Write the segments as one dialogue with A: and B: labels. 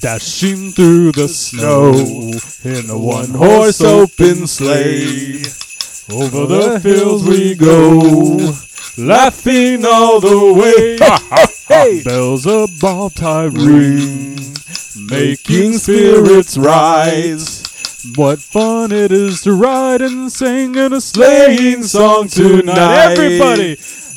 A: dashing through the snow in a one horse open sleigh. Over the hills we go, laughing all the way. Bells above time ring, making spirits rise. What fun it is to ride and sing in a sleighing song tonight.
B: Everybody,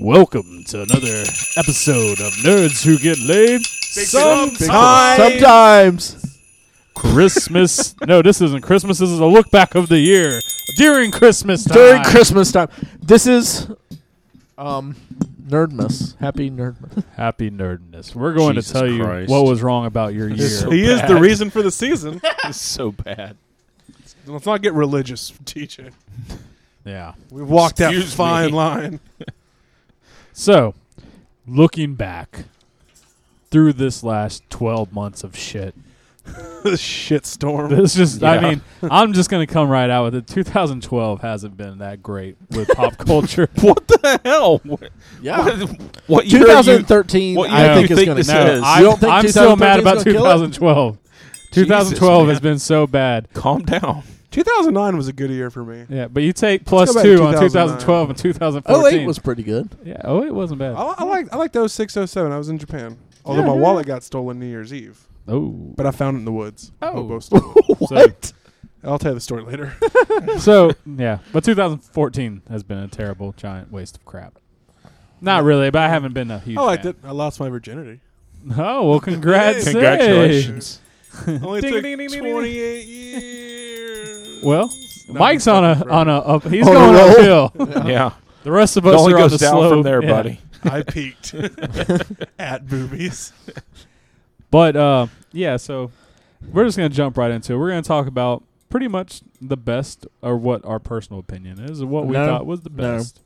A: Welcome to another episode of Nerds Who Get Laid. Sometimes
C: Sometimes.
A: Christmas. no, this isn't Christmas. This is a look back of the year during Christmas time.
C: During Christmas time. This is um Nerdmas. Happy Nerdmas.
A: Happy nerdness. We're going
D: Jesus
A: to tell
D: Christ.
A: you what was wrong about your year.
C: so-
B: he is
C: bad.
B: the reason for the season.
D: It's so bad.
B: Let's not get religious, TJ.
A: yeah.
B: We walked that
D: Excuse
B: fine
D: me.
B: line.
A: So, looking back through this last 12 months of shit.
B: this shit storm.
A: This just I
D: Yeah.
A: mean, I'm just going to come right out with it. 2012 hasn't been that great with pop culture.
D: What the hell? What,
C: Yeah.
D: what, what year are you-
C: 2013
D: what year
C: I
A: do
C: think
D: you
C: is
D: think
C: going
D: this
C: to
D: is?
A: No,
D: You
A: I,
C: don't think
A: I'm so
C: 2013
A: mad
C: is
A: about
C: gonna kill it?
A: 2012. 2012 has
D: man.
A: been so bad.
D: Calm down.
B: 2009 was a good year for me.
A: Yeah, but you take plus
B: go back
A: two
B: to
A: on 2012
B: 2009.
A: and 2014.
C: 08 Oh, was pretty good.
A: yeah, oh, it wasn't bad.
B: I, I liked I oh liked 06, 07. I was in Japan. Although
A: Yeah,
B: my
A: yeah,
B: wallet got stolen New Year's Eve,
A: Oh,
B: but I found it in the woods.
A: Oh.
B: Hobo stole it.
A: What?
B: I'll tell you the story later.
A: so yeah, but 2014 has been a terrible giant waste of crap. Not really, but I haven't been a huge.
B: I liked
A: fan.
B: it. I lost my virginity.
A: Oh well, congrats!
D: Congratulations.
B: Only
A: Ding,
B: took
A: ding, ding, ding, ding.
B: 28 years.
A: Well,
B: Not
A: Mike's
B: gonna
A: on a on
B: fucking
A: a
B: grow.
A: up, he's
C: On a
A: going
C: roll.
A: uphill.
D: Yeah.
A: The rest of
D: It
A: us
D: only
A: are on
D: goes
A: the
D: down
A: slope.
D: from there,
A: Yeah.
D: buddy.
B: I peaked at boobies.
A: But uh, yeah, so we're just gonna jump right into it. We're gonna talk about pretty much the best, or what our personal opinion is, or what we
C: No.
A: thought was the
C: No.
A: best.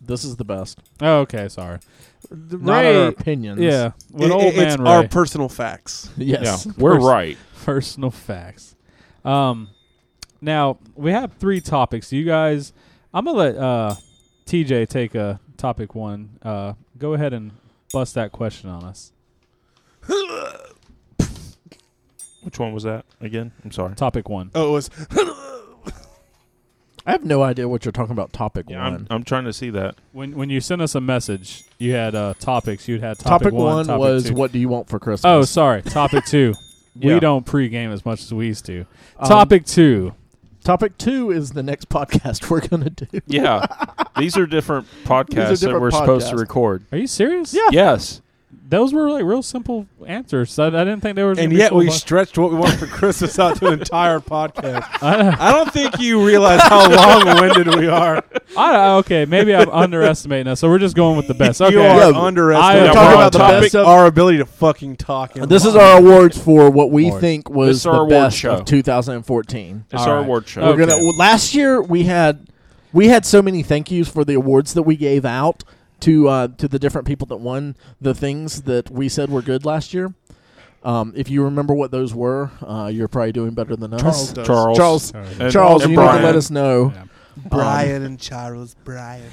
C: This is the best.
A: Oh, okay, sorry.
C: Not our opinions.
A: yeah, with
B: It-
A: old
B: it-
A: man
B: it's
A: Ray.
B: our personal facts.
C: Yes.
D: Yeah. We're
A: First-
D: right.
A: personal facts. Um, now we have three topics. You guys, I'm gonna let uh, TJ take a topic one. Uh, go ahead and bust that question on us.
D: Which one was that again? I'm sorry.
A: Topic one.
B: Oh, it was
C: I have no idea what you're talking about topic
D: Yeah,
C: 1.
D: I'm, I'm trying to see that.
A: When when you sent us a message, you had uh, topics. You'd had topic,
C: topic, 1,
A: topic
C: was
A: two.
C: what do you want for Christmas?
A: Oh, sorry. Topic two.
C: Yeah.
A: We don't pregame as much as we used to.
C: Um,
A: topic two.
C: topic 2 is the next podcast we're going to do.
D: Yeah. These are different podcasts that
C: different
D: we're supposed to
C: podcasts.
D: record.
A: Are you serious?
C: Yeah.
D: Yes.
A: Those were like real simple answers. I, I didn't think they were. gonna
B: and
A: be
B: yet
A: full
B: we
A: of-
B: stretched what we want for Christmas out to an entire podcast.
A: I know.
B: I don't think you realize how long-winded we are.
A: I, okay, maybe I'm underestimating us. So we're just going with the best. Okay,
B: You are
C: Yeah,
B: underestimating
A: I-
C: Talking
D: we're on
C: about the
D: topic.
C: best of
B: our ability to fucking talk. and
C: This is
B: lie.
C: our awards for what we
A: Awards.
C: think
D: This
C: was
D: is our
C: the
D: award
C: best
D: show.
C: of 2014.
D: It's
A: All
D: our
A: right.
D: award show.
A: Okay.
C: We're gonna. Well, last year we had we had so many thank yous for the awards that we gave out to uh, to the different people that won the things that we said were good last year. Um, if you remember what those were, uh, you're probably doing better than us.
B: Charles. Does.
D: Charles.
C: Charles,
A: Sorry.
D: And-
C: Charles,
D: and
C: you need to
D: Brian.
C: let us know.
A: Yeah.
B: Brian and Charles Brian.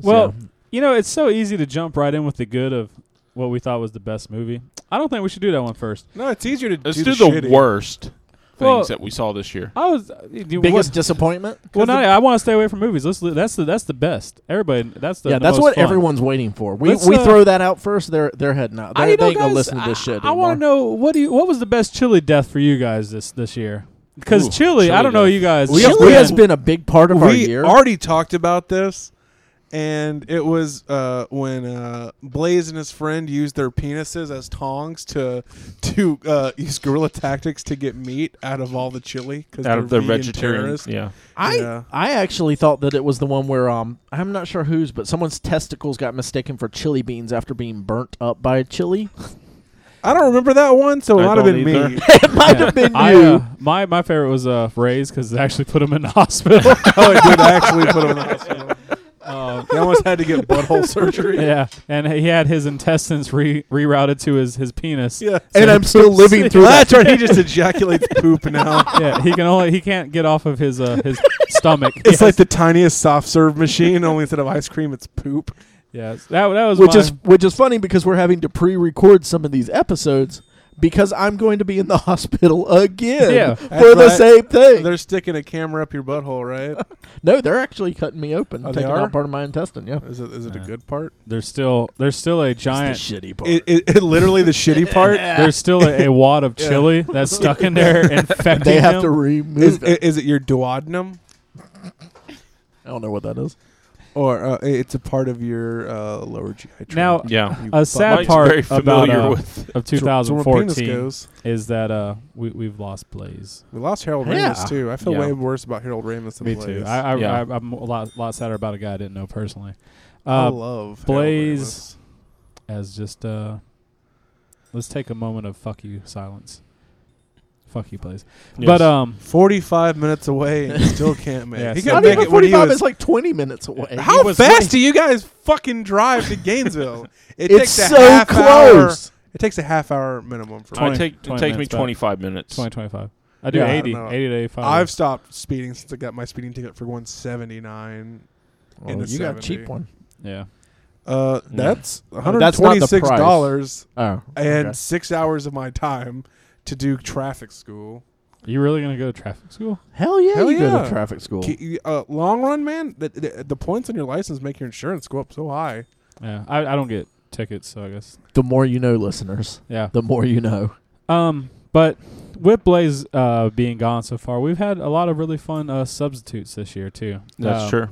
A: Well,
C: So,
A: You know, it's so easy to jump right in with the good of what we thought was the best movie. I don't think we should do that one first.
B: No, it's easier to
D: Let's
B: do,
D: do
B: the,
D: the,
B: shitty.
D: worst things
A: Well- uh,
D: that we saw this year.
A: I was you-
C: biggest disappointment.
A: Well, no, I want to stay away from movies. Let's li- that's the that's the best. Everybody, that's the
C: yeah,
A: the
C: that's
A: most
C: what
A: fun.
C: everyone's waiting for. We
A: Let's,
C: we
A: uh,
C: throw that out first. They're they're heading out.
A: I
C: They're,
A: you know,
C: they ain't gonna
A: guys,
C: listen to this
A: I-
C: shit.
A: I want to
C: anymore.
A: know what do you what was the best chili death for you guys this this year? Because
D: Ooh,
A: chili, I
D: chili
A: don't know
D: death.
A: you guys.
C: We
A: Chili
C: we
A: has
C: has been a big part of our
B: we
C: year.
B: already talked about this, and it was uh, when uh, Blaze and his friend used their penises as tongs to to uh, use guerrilla tactics to get meat out of all the chili because
D: Out of their
B: vegetarian.
D: vegetarian. Yeah.
C: I
B: Yeah.
C: I actually thought that it was the one where um I'm not sure whose, but someone's testicles got mistaken for chili beans after being burnt up by chili.
B: I don't remember that one, so it
D: I
B: might have
D: don't
B: been
D: either.
B: me.
C: it might have been
A: I,
C: you.
A: uh, my my favorite was uh, Ray's because it actually put him in the hospital.
B: oh, it did actually put him in the hospital.
A: um,
B: He almost had to get butthole surgery.
A: yeah, and he had his intestines re- rerouted to his his penis.
B: Yeah.
C: and I'm still living through that.
B: That's right. He just ejaculates poop now.
A: yeah, he can only he can't get off of his uh, his stomach.
B: It's like the tiniest soft serve machine, only instead of ice cream, it's poop.
A: yes, that that was
C: Which
A: my,
C: is which is funny because we're having to pre-record some of these episodes because I'm going to be in the hospital again
A: Yeah,
C: for the
B: that's right.
C: same thing.
B: They're sticking a camera up your butthole, right?
C: no, they're actually cutting me open,
B: Oh, they
C: taking
B: are?
C: out part of my intestine. Yeah,
B: Is it is it a
A: Yeah.
B: good part?
A: there's still there's still a giant
C: It's the shitty part.
B: It, it, it literally the shitty part.
A: there's still a, a wad of
B: Yeah.
A: chili that's stuck in there infecting
C: they have
A: him.
C: to remove
B: Is,
C: it.
B: is it your duodenum
C: I don't know what that is.
B: or uh, it's a part of your uh, lower GI tract?
A: Now,
D: Yeah.
B: You
A: a sad
D: Mike's
A: part
D: very
A: about
D: familiar
A: uh,
D: with
A: of
B: It's where- it's where my
A: 2014
B: penis goes.
A: is that uh we we've lost Blaze.
B: We lost Harold
C: Yeah.
B: Ramis too. I feel
D: Yeah.
B: way worse about Harold Ramis than
A: Me
B: Blaze.
A: too. I, I,
D: Yeah.
A: I I'm a lot lot sadder about a guy I didn't know personally.
B: I
A: Uh,
B: love Harold
A: Blaze- as just uh let's take a moment of fuck you silence. Fuck you, Blaze. But um
B: Ramis. Forty-five minutes away and still can't make.
A: Yeah,
B: it. he
A: so-
B: couldn't
C: Not
A: back
B: make
C: even
B: it when he
C: 45.
B: was
C: It's like 20 minutes away.
B: How
A: was
B: fast
A: late.
B: do you guys fucking drive to Gainesville? It
C: It's
B: takes
C: so
B: a half
C: close.
B: Hour, it takes a half hour minimum for
D: I
A: 20
B: me.
D: take, it
A: 20
D: takes me
A: minutes back.
D: 25 minutes.
A: twenty twenty five. I do
B: Yeah, I
A: eighty.
B: don't know.
A: 80 to eighty five.
B: I've stopped speeding since I got my speeding ticket for going seventy nine. in
C: Well,
B: the
C: Oh, you got a
B: 70.
C: cheap one.
A: yeah.
B: Uh,
D: Yeah.
B: that's one
C: Oh, not the
B: hundred
C: price.
B: twenty-six dollars
C: Oh,
B: and
C: okay.
B: six hours of my time to do traffic school.
A: You really gonna go to traffic school?
C: hell yeah,
B: Hell
C: you go
B: yeah.
C: to traffic school.
B: K- you- Uh, long run, man, the, the, the points on your license make your insurance go up so high.
A: Yeah. I, I don't get tickets, so I guess
C: The more you know, listeners,
A: yeah.
C: the more you know.
A: Um, but with Blaze uh, being gone so far, we've had a lot of really fun uh, substitutes this year too.
D: That's
A: Um,
D: true.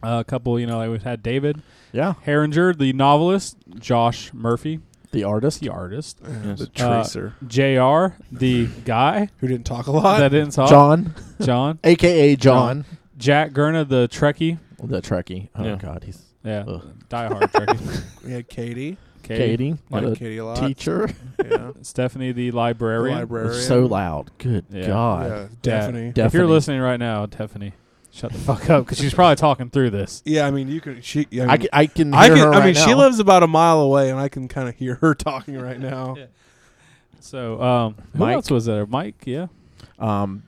A: A couple, you know, like we've had David
C: Yeah,
A: Herringer, the novelist, Josh Murphy,
C: the artist.
A: the artist,
D: Yes.
B: The
A: Uh,
B: tracer
A: Jr. the guy
B: who didn't talk a lot.
A: that didn't talk,
C: John,
A: John,
C: aka John,
A: Jack Gurna, the Trekkie,
C: the Trekkie. Oh
D: Yeah.
C: God, he's
A: yeah,
C: Ugh.
A: die hard Trekkie,
B: we had Katie,
A: Katie,
C: Katie,
B: like
C: the
B: Katie a lot.
C: teacher.
B: yeah.
A: Stephanie, the
B: The
A: librarian.
B: librarian.
C: So loud. Good
A: Yeah.
C: God.
B: yeah, Daphne.
C: Daphne.
A: If you're listening right now, Stephanie, shut the fuck up because she's probably talking through this.
B: Yeah, I mean, you can. She. I, mean,
C: I can, I can hear
B: I can.
C: her
B: I mean,
C: right
B: she
C: now.
B: lives about a mile away, and I can kind of hear her talking right now.
A: Yeah. So, um, who
C: Mike.
A: else was there? Mike, yeah.
C: Um,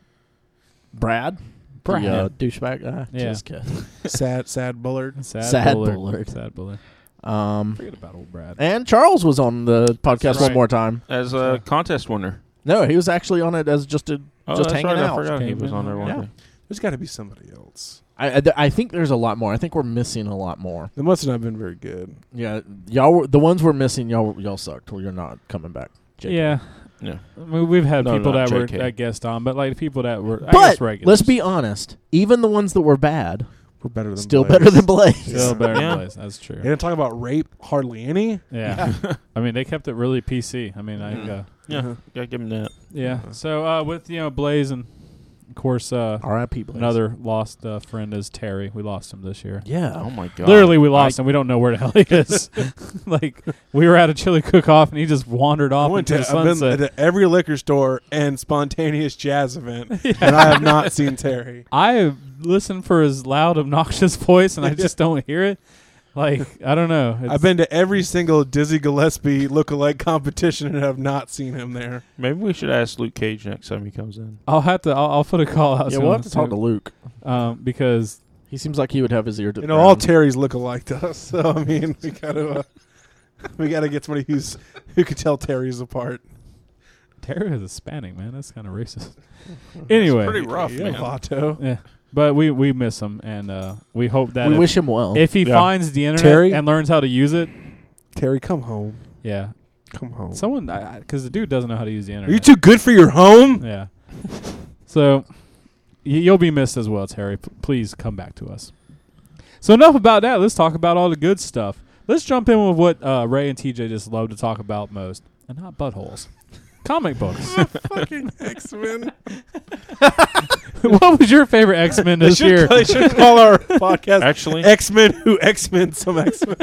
C: Brad,
A: Brad.
C: the, uh, douchebag guy.
A: Yeah.
C: Just kidding.
B: sad, sad Bullard.
A: Sad,
C: Sad
A: Bullard.
C: Bullard.
A: Sad Bullard.
C: Um,
A: Forget about old Brad.
C: and Charles was on the podcast
D: That's
C: one
D: right.
C: more time.
D: As a contest winner.
C: No, he was actually on it as just a.
D: Oh,
C: Just
D: that's
C: hanging
D: right,
C: out.
D: I forgot he
A: Came
D: was
A: in
D: on there
A: on
D: one
C: there.
D: day.
B: There's got to be somebody else.
C: I, I, I think there's a lot more. I think we're missing a lot more.
B: It must not have been very good.
C: Yeah, y'all. Were, the ones we're missing, y'all y'all sucked. Well, you're not coming back. JK.
A: Yeah.
D: Yeah.
A: I mean, we've had
D: No,
A: people
D: not
A: that were
D: JK.
A: that guest on, but like people that were I
C: But
A: guess regulars.
C: let's be honest. Even the ones that were bad,
B: We're better than
C: still
B: Blaze.
C: better than Blaze.
A: still better
D: Yeah.
A: than Blaze. That's
B: They
A: true.
B: didn't talk about rape hardly any.
A: Yeah. I mean, they kept it really PC. I mean, I
D: Mm. Uh-huh.
A: uh,
B: Uh-huh.
D: Yeah. Gotta give him that.
A: yeah. So uh, with you know Blaze and of course uh,
B: Oh,
C: R.I.P. Blaze.
A: another lost uh, friend is Terry. We lost him this year.
C: Yeah.
D: Oh my god.
A: Literally, we lost him. We don't know where the hell he is. like we were at a chili cook-off, and he just wandered
B: I
A: off
B: went
A: into
B: to,
A: the
B: I've
A: sunset.
B: been to every liquor store and spontaneous jazz event, and I have not seen Terry.
A: I listen for his loud, obnoxious voice, and I just don't hear it. Like I don't know. It's-
B: I've been to every single Dizzy Gillespie lookalike competition and have not seen him there.
D: Maybe we should ask Luke Cage next time he comes in.
A: I'll have to. I'll, I'll put a call out.
C: Yeah,
A: soon
C: we'll have to talk to Luke.
A: um, because
C: He seems like he would have his ear to
B: You
C: the
B: know, all
C: ground.
B: Terrys look alike to us, so I mean, we gotta uh, we gotta get somebody who's who could tell Terry's apart.
A: Tara is Hispanic, man. That's kind of racist. anyway,
D: Pretty rough,
B: yeah,
D: man.
B: Vato.
A: yeah, but we we miss him, and uh, we hope that
C: we
A: if,
C: wish him well.
A: if he
D: Yeah.
A: finds the internet
B: Terry?
A: and learns how to use it,
B: Terry, come home,
A: yeah,
B: come home.
A: someone because the dude doesn't know how to use the
B: Are
A: internet.
B: you too good for your home?
A: Yeah. so y- you'll be missed as well, Terry. P- please come back to us. So enough about that. Let's talk about all the good stuff. Let's jump in with what uh, Ray and TJ just love to talk about most, and not buttholes. Comic books.
B: Fucking X Men.
A: what was your favorite X Men this year?
B: They should call our podcast
D: Actually,
B: X Men who X Men some X Men.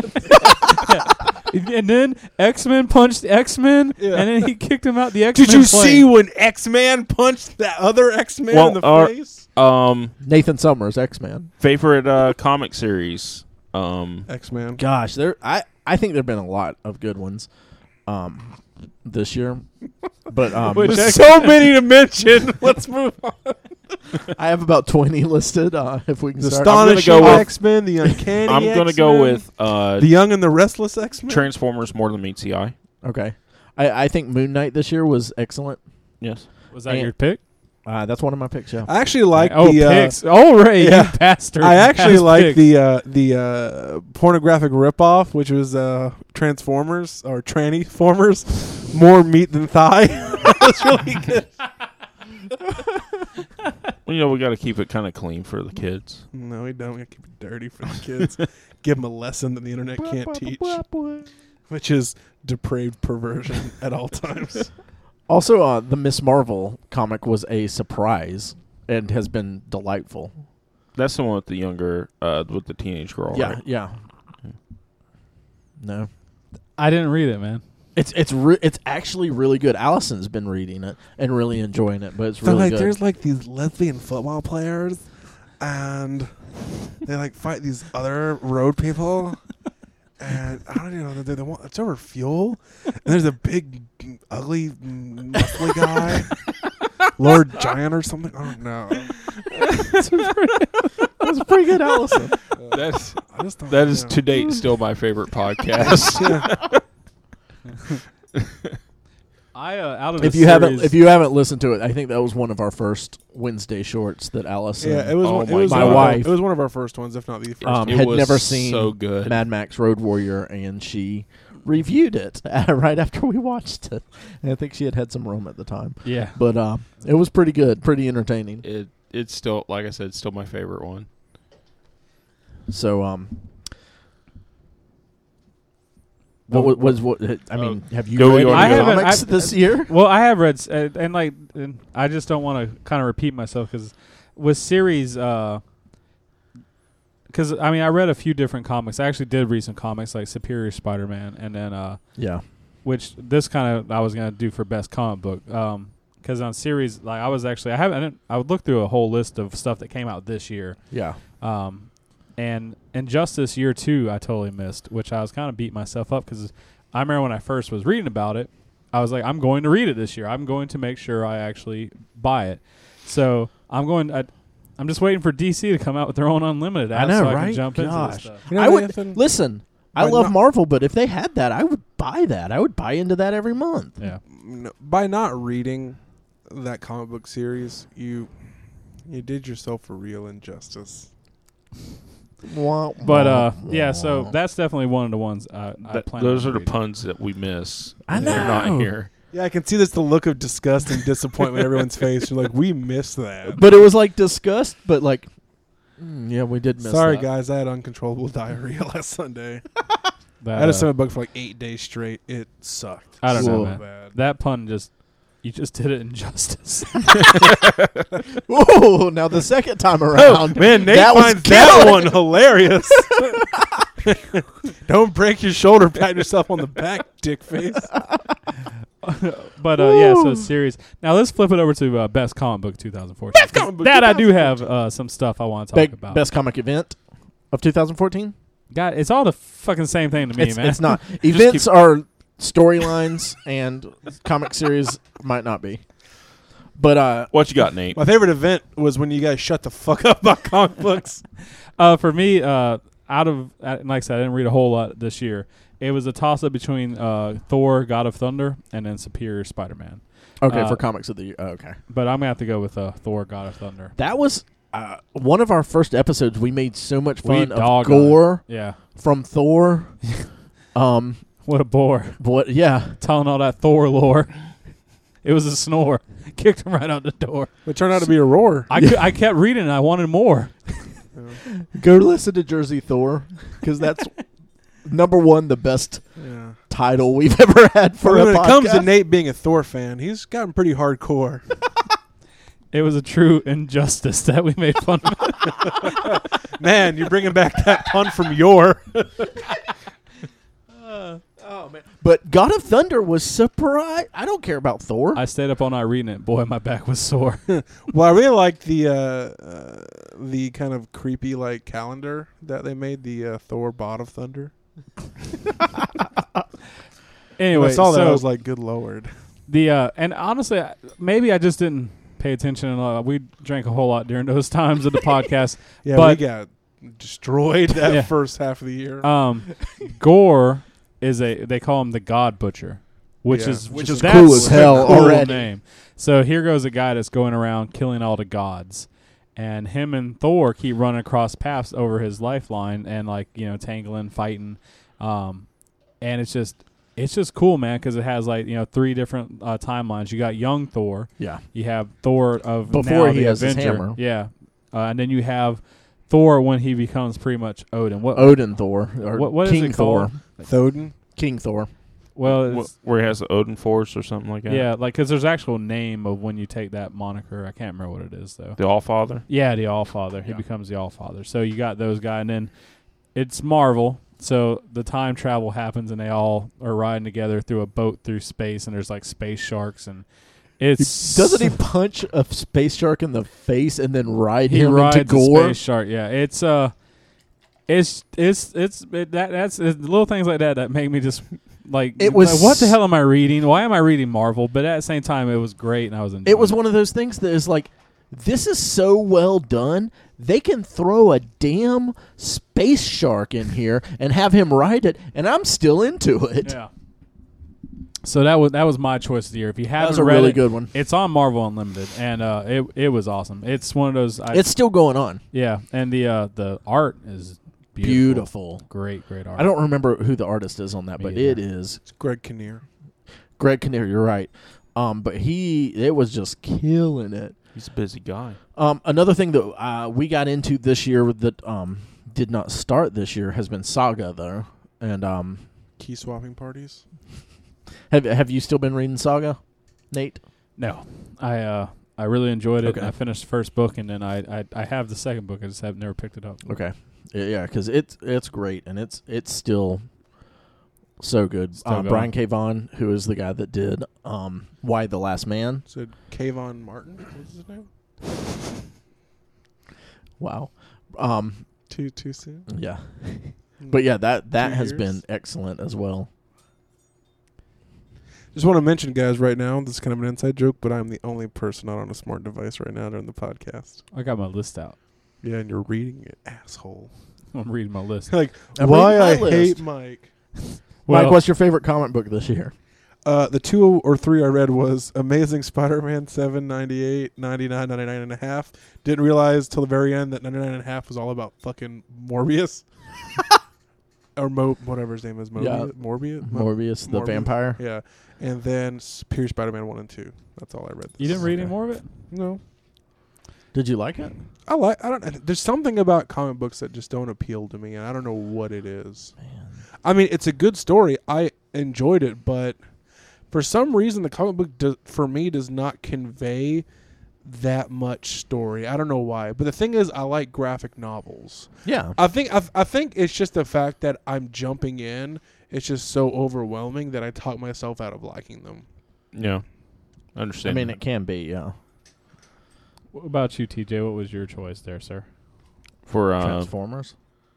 A: and then X Men punched X Men,
B: Yeah.
A: and then he kicked him out. The X Men.
B: Did you see when X Man punched that other X Man
D: Well,
B: in the
D: our-
B: face?
D: Um,
C: Nathan Summers, X Man.
D: favorite uh, comic series. Um,
B: X Man.
C: Gosh, there I I think there've been a lot of good ones, um, this year, but um,
B: There's so many to mention. Let's move on.
C: I have about twenty listed. Uh, if we can
B: The
C: start,
D: gonna
B: astonishing
D: go with-
B: X Men, the uncanny.
D: I'm gonna go
B: X-Men,
D: with uh,
B: E the young and the restless X Men.
D: Transformers more than meets the eye.
C: okay. I, I think Moon Knight this year was excellent.
D: Yes.
A: Was that
C: And-
A: your pick?
C: Uh, that's one of my picks. Yeah,
B: I actually like
A: oh,
B: the. Uh,
A: picks. Oh, Ray,
B: yeah.
A: you bastard.
B: I actually
A: Has
B: like
A: picks.
B: the uh, the uh, pornographic ripoff, which was uh, Transformers or Transformers, more meat than thigh. That's really good.
D: Well, you know we got to keep it kind of clean for the kids.
B: No, we don't. We gotta keep it dirty for the kids. Give them a lesson that the internet uh, can't teach, which is depraved perversion at all times.
C: Also, uh, the Miss Marvel comic was a surprise and has been delightful.
D: That's the one with the younger, uh, with the teenage girl.
C: yeah,
D: right?
C: yeah.
B: Hmm.
C: No,
A: I didn't read it, man.
C: it's it's re- it's actually really good. Allison's been reading it and really enjoying it, but it's
B: So
C: really
B: like,
C: good.
B: there's like these lesbian football players, and they like fight these other road people, and I don't even know. They're the one, it's over fuel, and there's a big, ugly, muscly guy, Lord Giant or something. I don't know.
C: That's pretty good, Allison.
D: That's
B: I just don't
D: that is
B: know.
D: to date still my favorite podcast.
A: I uh, out of
C: if
A: the
C: you haven't
A: series-
C: if you haven't listened to it, I think that was one of our first Wednesday shorts that Allison
B: Yeah, it was
D: Oh
B: one- it
D: my
B: was
C: God.
B: one of
C: My
B: our-
C: wife.
B: It was one of our first ones, if not the first.
C: um,
D: It
C: had
D: was
C: never seen
D: so good.
C: Mad Max Road Warrior, and she reviewed it right after we watched it. And I think she had had some rum at the time,
A: yeah.
C: but uh, it was pretty good, pretty entertaining.
D: It it's still like I said, still my favorite one.
C: So, um, what wa- was what? I mean, have you
D: do we
C: read
D: wanna
C: any
D: go- I
A: haven't-
C: comics
A: I-
C: this year?
A: Well, I have read, s- and, and like, and I just don't want to kind of repeat myself because with series, because I mean, I read a few different comics. I actually did read some comics like Superior Spider-Man, and then uh,
C: Yeah,
A: which this kind of I was gonna do for best comic book. Um, because on series, like, I was actually I haven't I, didn't, I would look through a whole list of stuff that came out this year.
C: yeah.
A: Um, and Injustice Year Two, I totally missed, which I was kind of beat myself up because I remember when I first was reading about it, I was like, I'm going to read it this year. I'm going to make sure I actually buy it. So I'm going. I, I'm just waiting for DC to come out with their own unlimited app
C: I know,
A: so I
C: right?
A: can jump into
C: Gosh.
A: this stuff.
B: You know,
C: I would
B: Nathan?
C: listen. I
B: By
C: love
B: not-
C: Marvel, but if they had that, I would buy that. I would buy into that every month.
A: Yeah,
B: n- by not reading that comic book series, you you did yourself a real injustice.
A: but uh, yeah. So that's definitely one of the ones I, I
D: That-
A: plan.
D: those
A: on
D: are the
A: reading.
D: puns that we miss.
C: I
D: They're not
C: know.
D: here.
B: Yeah, I can see this the look of disgust and disappointment in everyone's face. You're like, we missed that.
C: But it was like disgust, but like, mm, yeah, we did miss.
B: Sorry,
C: that.
B: guys, I had uncontrollable diarrhea last Sunday.
A: That,
B: I
A: uh,
B: had a stomach bug for like eight days straight. It sucked.
A: I don't know,
B: so
A: man.
B: bad.
A: that pun just you just did it injustice.
C: Whoa! Now the second time
B: Oh,
C: around,
B: man, Nate
C: That was
B: finds that
C: killing.
B: one hilarious. don't break your shoulder. Pat yourself on the back, dick face.
A: But uh, yeah, so series. Now let's flip it over to uh, best comic book 2014.
B: Best comic book
A: that I do have uh, some stuff I want to talk
C: Big-
A: about.
C: best comic event of 2014.
A: God, it's all the fucking same thing to me,
C: It's,
A: man.
C: it's not events are storylines and comic series might not be, but uh,
D: What you got, Nate?
B: My favorite event was when you guys shut the fuck up about comic books.
A: uh, for me, uh, out of uh, like I said, I didn't read a whole lot this year. It was a toss up between uh, Thor, God of Thunder, and then Superior Spider Man.
C: okay
A: Uh,
C: for comics of the year. oh, okay,
A: But I'm gonna have to go with uh, Thor, God of Thunder.
C: that was uh, one of our first episodes. We made so much
A: We
C: fun of
A: dog on it.
C: gore
A: Yeah,
C: from Thor. um,
A: what a bore
C: what? Yeah,
A: telling all that Thor lore. It was a snore. Kicked him right out the door.
B: It turned out to be a roar.
A: I, cou- I kept reading. and I wanted more.
C: go listen to Jersey Thor because that's number one, the best
B: Yeah.
C: title we've ever had for
B: when
C: a
B: it comes to
C: podcast.
B: Nate being a Thor fan, he's gotten pretty hardcore.
A: It was a true injustice that we made fun of.
B: Man, you're bringing back that pun from your.
C: Oh man! But God of Thunder was surprised. I don't care about Thor.
A: I stayed up all night reading it. Boy, my back was sore.
B: Well, I really like the uh, uh, the kind of creepy like calendar that they made the uh, Thor Bot of Thunder. When
A: anyway,
B: I saw
A: so
B: that. I was like, good lord.
A: the uh, and honestly, I- maybe I just didn't pay attention. enough. We drank a whole lot during those times of the podcast.
B: Yeah,
A: But-
B: we got destroyed that
A: Yeah.
B: first half of the year.
A: Um, Gore is a they call him the God Butcher, which
B: Yeah.
A: is
C: Which is
A: that's
C: cool as
A: a
C: hell
A: cool
C: already.
A: Name. So here goes a guy that's going around killing all the gods, and him and Thor keep running across paths over his lifeline and like you know tangling, fighting, um, and it's just it's just cool, man, because it has like you know three different uh, timelines. You got young Thor,
C: yeah.
A: you have Thor of
C: Before
A: now,
C: he
A: the
C: has his
A: Avenger.
C: hammer.
A: yeah, uh, and then you have Thor when he becomes pretty much Odin. What
C: Odin Thor or
A: What- what is
C: King
A: it
C: Thor.
A: called?
B: Thoden.
C: King Thor.
A: Well,
D: Wh-
A: it's,
D: where he has the Odin Force or something like that.
A: yeah, like 'cause there's actual name of when you take that moniker. I can't remember what it is though.
D: the All Father.
A: Yeah, the All Father. He
D: Yeah.
A: becomes the All Father. So you got those guys, and then it's Marvel. So the time travel happens, and they all are riding together through a boat through space, and there's like space sharks, and it's
C: Doesn't he punch a space shark in the face and then ride
A: he
C: him
A: rides
C: into gore?
A: a space shark. Yeah, it's uh, it's it's it's it, that that's it's little things like that that make me just like
C: It was
A: like, what the
C: s-
A: hell am I reading? Why am I reading Marvel? But at the same time, it was great, and I was enjoying
C: It was one of those things that is like, this is so well done. They can throw a damn space shark in here and have him ride it, and I'm still into it.
A: Yeah. So that was that was my choice of the year. If you haven't
C: that was a
A: read
C: really
A: it,
C: good one.
A: it's on Marvel Unlimited, and uh, it it was awesome. It's one of those. I,
C: It's still going on.
A: yeah, and the uh, the art is beautiful.
C: Beautiful.
A: great, great art.
C: I don't remember who the artist is on that,
A: Me
C: but
A: either.
C: it is
B: It's Greg Kinnear.
C: Greg Kinnear. You're right. Um, but he it was just killing it.
D: He's a busy guy.
C: Um, another thing that uh, we got into this year that um, did not start this year has been Saga though, and um,
B: Key swapping parties.
C: have have you still been reading Saga, Nate?
A: No, I uh, I really enjoyed it.
C: Okay.
A: I finished the first book, and then I, I I have the second book. I just have never picked it up.
C: Okay, yeah, because it's it's great and it's it's still so good.
A: Still
C: uh,
A: going.
C: Brian K. Vaughan, who is the guy that did um, Why the Last Man?
B: Said Kayvon Martin. What's his name?
C: Wow, um,
B: Too too soon.
C: yeah, but yeah, that that
B: Two
C: has
B: years.
C: been excellent as well.
B: Just want to mention, guys, right now, this is kind of an inside joke, but I'm the only person not on a smart device right now during the podcast.
A: I got my list out.
B: Yeah, and you're reading it, asshole.
A: I'm reading my list.
B: like,
C: I'm
B: why
C: reading my
B: I
C: list.
B: hate Mike.
C: Mike,
A: Well-
C: what's your favorite comic book this year?
B: Uh, the two or three I read was Amazing Spider-Man 7, 98, 99, 99 and a half. Didn't realize till the very end that 99 and a half was all about fucking Morbius. or Mo- whatever his name is. Mobius?
C: Yeah.
B: Morbius? Mo-
C: Morbius, the
B: Morbius.
C: vampire.
B: yeah. And then Superior Spider-Man 1 and 2. That's all I read.
A: You didn't
B: this-
A: read any more of it?
B: No.
C: Did you like it?
B: I like. I don't. There's something about comic books that just don't appeal to me, and I don't know what it is.
C: Man.
B: I mean, it's a good story. I enjoyed it, but for some reason, the comic book do, for me does not convey that much story. I don't know why, but the thing is, I like graphic novels.
C: Yeah.
B: I think I, I think it's just the fact that I'm jumping in. It's just so overwhelming that I talk myself out of liking them.
D: Yeah, I
C: I
D: understand.
C: mean,
D: that.
C: it can be, yeah.
A: What about you, TJ? What was your choice there, sir?
D: for uh,
C: Transformers.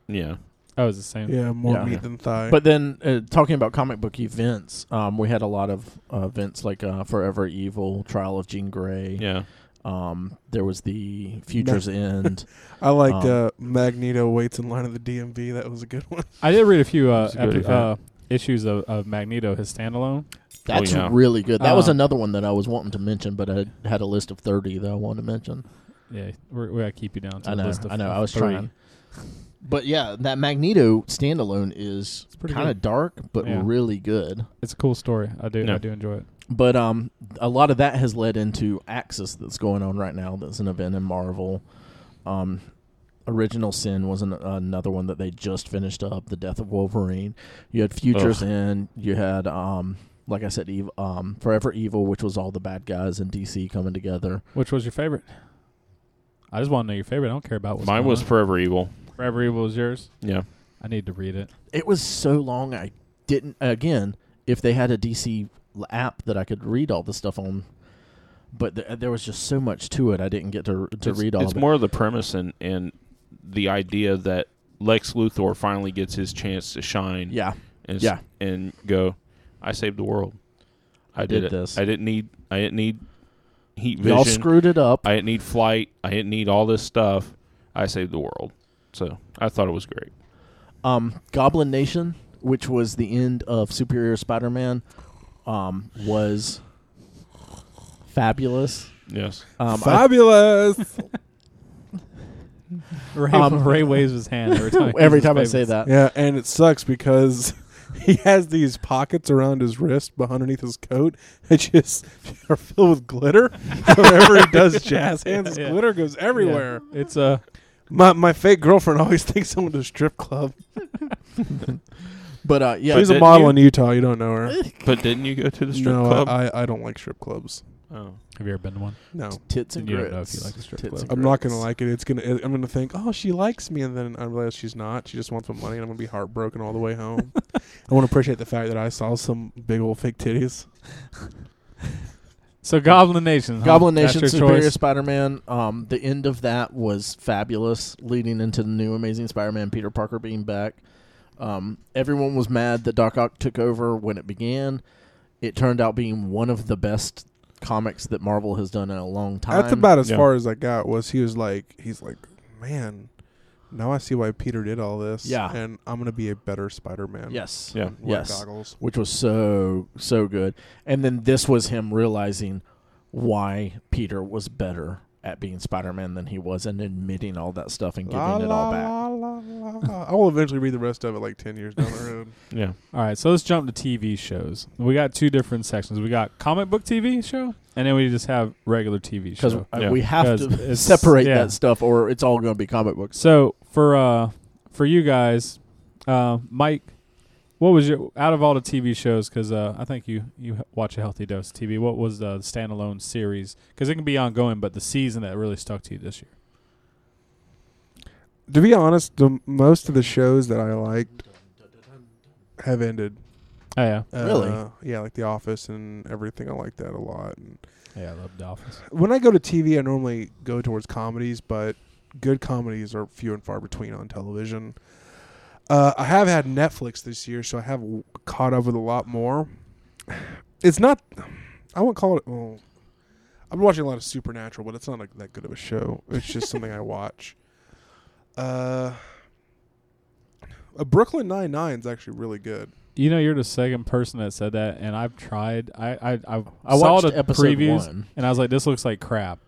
D: yeah,
A: Oh, it's the same.
B: Yeah, more
C: Yeah.
B: meat than thigh.
C: But then, uh, talking about comic book events, um, we had a lot of uh, events like uh, Forever Evil, Trial of Jean Grey.
D: yeah.
C: Um, there was the Futures End.
B: I liked
C: um,
B: uh, Magneto waits in line at the DMV. That was a good one.
A: I did read a few uh,
D: It's a good
A: epi-
D: event.
A: uh, issues of, of Magneto, his standalone.
C: That's
D: Oh, yeah.
C: really good. That was
A: Uh,
C: another one that I was wanting to mention, but I had a list of thirty that I wanted to mention.
A: Yeah, we're, we gotta keep you down. To
C: I
A: a
C: know,
A: list of
C: I know. I was
A: three.
C: trying. But yeah, that Magneto standalone is
A: It's pretty
C: kind of
A: good.
C: dark, but
A: Yeah.
C: really good.
A: It's a cool story. I do.
D: No.
A: I do enjoy it.
C: But um, a lot of that has led into Axis that's going on right now. That's an event in Marvel. Um, Original Sin was an, another one that they just finished up. The Death of Wolverine. You had Futures
D: Ugh.
C: in. You had um, like I said, Eve, um, Forever Evil, which was all the bad guys in DC coming together.
A: Which was your favorite? I just want to know your favorite. I don't care about what's
D: Mine
A: going
D: was
A: on.
D: Forever Evil.
A: Forever Evil was yours.
D: Yeah,
A: I need to read it.
C: It was so long. I didn't again if they had a DC l- app that I could read all the stuff on. But th- there was just so much to it, I didn't get to to
D: it's,
C: read all.
D: It's
C: of it.
D: more of the premise and, and the idea that Lex Luthor finally gets his chance to shine.
C: Yeah,
D: And s-
C: yeah.
D: and go. I saved the world. I did,
C: did
D: it.
C: this."
D: I didn't need. I didn't need heat vision.
C: Y'all screwed it up.
D: I didn't need flight. I didn't need all this stuff. I saved the world. So I thought it was great.
C: Um, Goblin Nation, which was the end of Superior Spider-Man, um, was fabulous.
D: Yes.
C: Um, I-
B: Fabulous.
A: Ray,
C: Um,
A: Ray waves his hand every time. he
C: every
A: uses
C: time I
A: favorites.
C: say that,
B: yeah, and it sucks because he has these pockets around his wrist, but underneath his coat, that just are filled with glitter. So whenever he does jazz hands, his
A: Yeah.
B: glitter goes
A: Yeah.
B: everywhere.
A: It's uh,
B: My my fake girlfriend always thinks I'm at a strip club.
C: but uh, yeah,
B: She's a
D: didn't
B: model
D: you?
B: in Utah. You don't know her.
D: But didn't you go to the strip
B: no,
D: club?
B: I, I I don't like strip clubs.
D: oh.
A: have you ever been to one?
B: No,
C: tits and
A: You
C: grits.
A: don't know if you like the strip
C: Tits
A: club.
C: and
B: I'm not gonna
C: grits.
B: like it. It's gonna. I'm gonna think, oh, she likes me, and then I realize she's not. She just wants my money, and I'm gonna be heartbroken all the way home. I want to appreciate the fact that I saw some big old fake titties.
A: So Goblin Nation. huh?
C: Goblin
A: Oh, That's
C: Nation
A: your
C: Superior
A: choice.
C: Spider-Man. Um, the end of that was fabulous, leading into the new Amazing Spider-Man. Peter Parker being back. Um, everyone was mad that Doc Ock took over when it began. It turned out being one of the best comics that Marvel has done in a long time.
B: That's about as
D: Yeah.
B: far as I got. Was he was like, he's like, man, now I see why Peter did all this.
C: Yeah.
B: and I'm gonna be a better Spider-Man.
C: yes,
D: Yeah.
B: with
C: Yes.
B: goggles.
C: which was so so good. And then this was him realizing why Peter was better at being Spider-Man than he was, and admitting all that stuff and giving
B: La,
C: it
B: la,
C: all back.
B: la, la, la. I will eventually read the rest of it like ten years down the road.
D: Yeah.
A: All right, so let's jump to TV shows. We got two different sections. We got comic book TV show, and then we just have regular TV
C: because uh,
A: show.
D: Yeah.
C: we have
A: 'Cause
C: to
A: it's-
C: separate
A: yeah.
C: that stuff, or it's all going to be comic books.
A: So for uh for you guys, uh Mike, what was your out of all the TV shows? Because uh, I think you you h- watch a healthy dose of TV. What was the standalone series? Because it can be ongoing, but the season that really stuck to you this year.
B: To be honest, the, most of the shows that I liked have ended.
A: Oh yeah,
C: Really?
B: Uh, yeah, like The Office and everything. I like that a lot. And
A: yeah, I love The Office.
B: when I go to TV, I normally go towards comedies, but good comedies are few and far between on television. Uh, I have had Netflix this year, so I have w- caught up with a lot more. It's not. I wouldn't call it. Well, I've been watching a lot of Supernatural, but it's not like that good of a show. It's just something I watch. Uh, a Brooklyn Nine Nine is actually really good.
A: You know, you're the second person that said that, and I've tried. I I I,
C: I
A: saw
C: watched
A: the
C: episode
A: previews,
C: one.
A: and I was like, this looks like crap.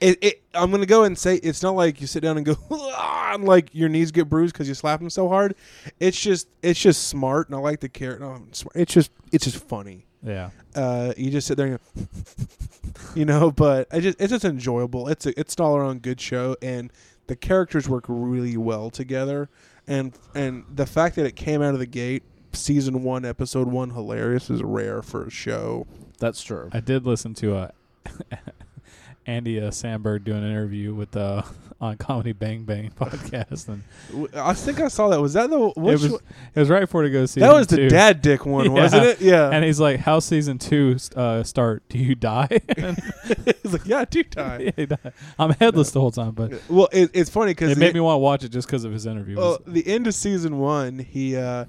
B: It, it, I'm gonna go and say it's not like you sit down and go "Ah," and like your knees get bruised because you slap them so hard. It's just it's just smart, and I like the character. No, I'm smart. It's just it's just funny.
A: Yeah,
B: Uh, you just sit there and go, you know. But I just it's just enjoyable. It's a, it's an all around good show, and the characters work really well together. And and the fact that it came out of the gate season one episode one hilarious is rare for a show.
C: That's true.
A: I did listen to uh, Andy uh, Sandberg doing an interview with uh, on Comedy Bang Bang podcast, and
B: W- I think I saw that. Was that the which
A: it was it was right before to go see.
B: that was the dad dick one,
A: Yeah.
B: wasn't it? Yeah.
A: and he's like, "How season two uh, start? Do you die?" And
B: He's like, yeah, I do die.
A: he died. I'm headless the whole time, but
B: Well, it, Oh. it's funny because
A: it made me want to watch it just because of his interview.
B: well, the end of season one, he uh,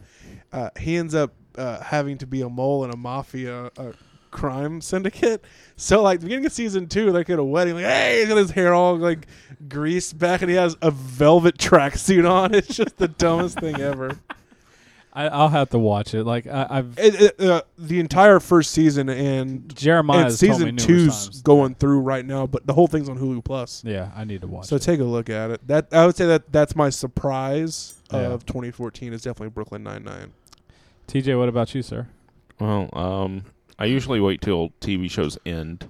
B: uh, he ends up uh, having to be a mole in a mafia uh, crime syndicate. So like the beginning of season two, like at a wedding, like hey, he's got his hair all like greased back, and he has a velvet tracksuit on. It's just the dumbest thing ever.
A: I, I'll have to watch it. Like I, I've
B: It, it, uh, the entire first season and.
A: Jeremiah
B: And
A: has told me
B: season
A: numerous
B: two's
A: times.
B: going through right now, but the whole thing's on Hulu Plus.
A: Yeah, I need to watch.
B: So
A: it.
B: take a look at it. That I would say that that's my surprise
A: Yeah.
B: of 2014 is definitely Brooklyn Nine Nine.
A: TJ, what about you, sir?
D: Well, um, I usually wait till TV shows end.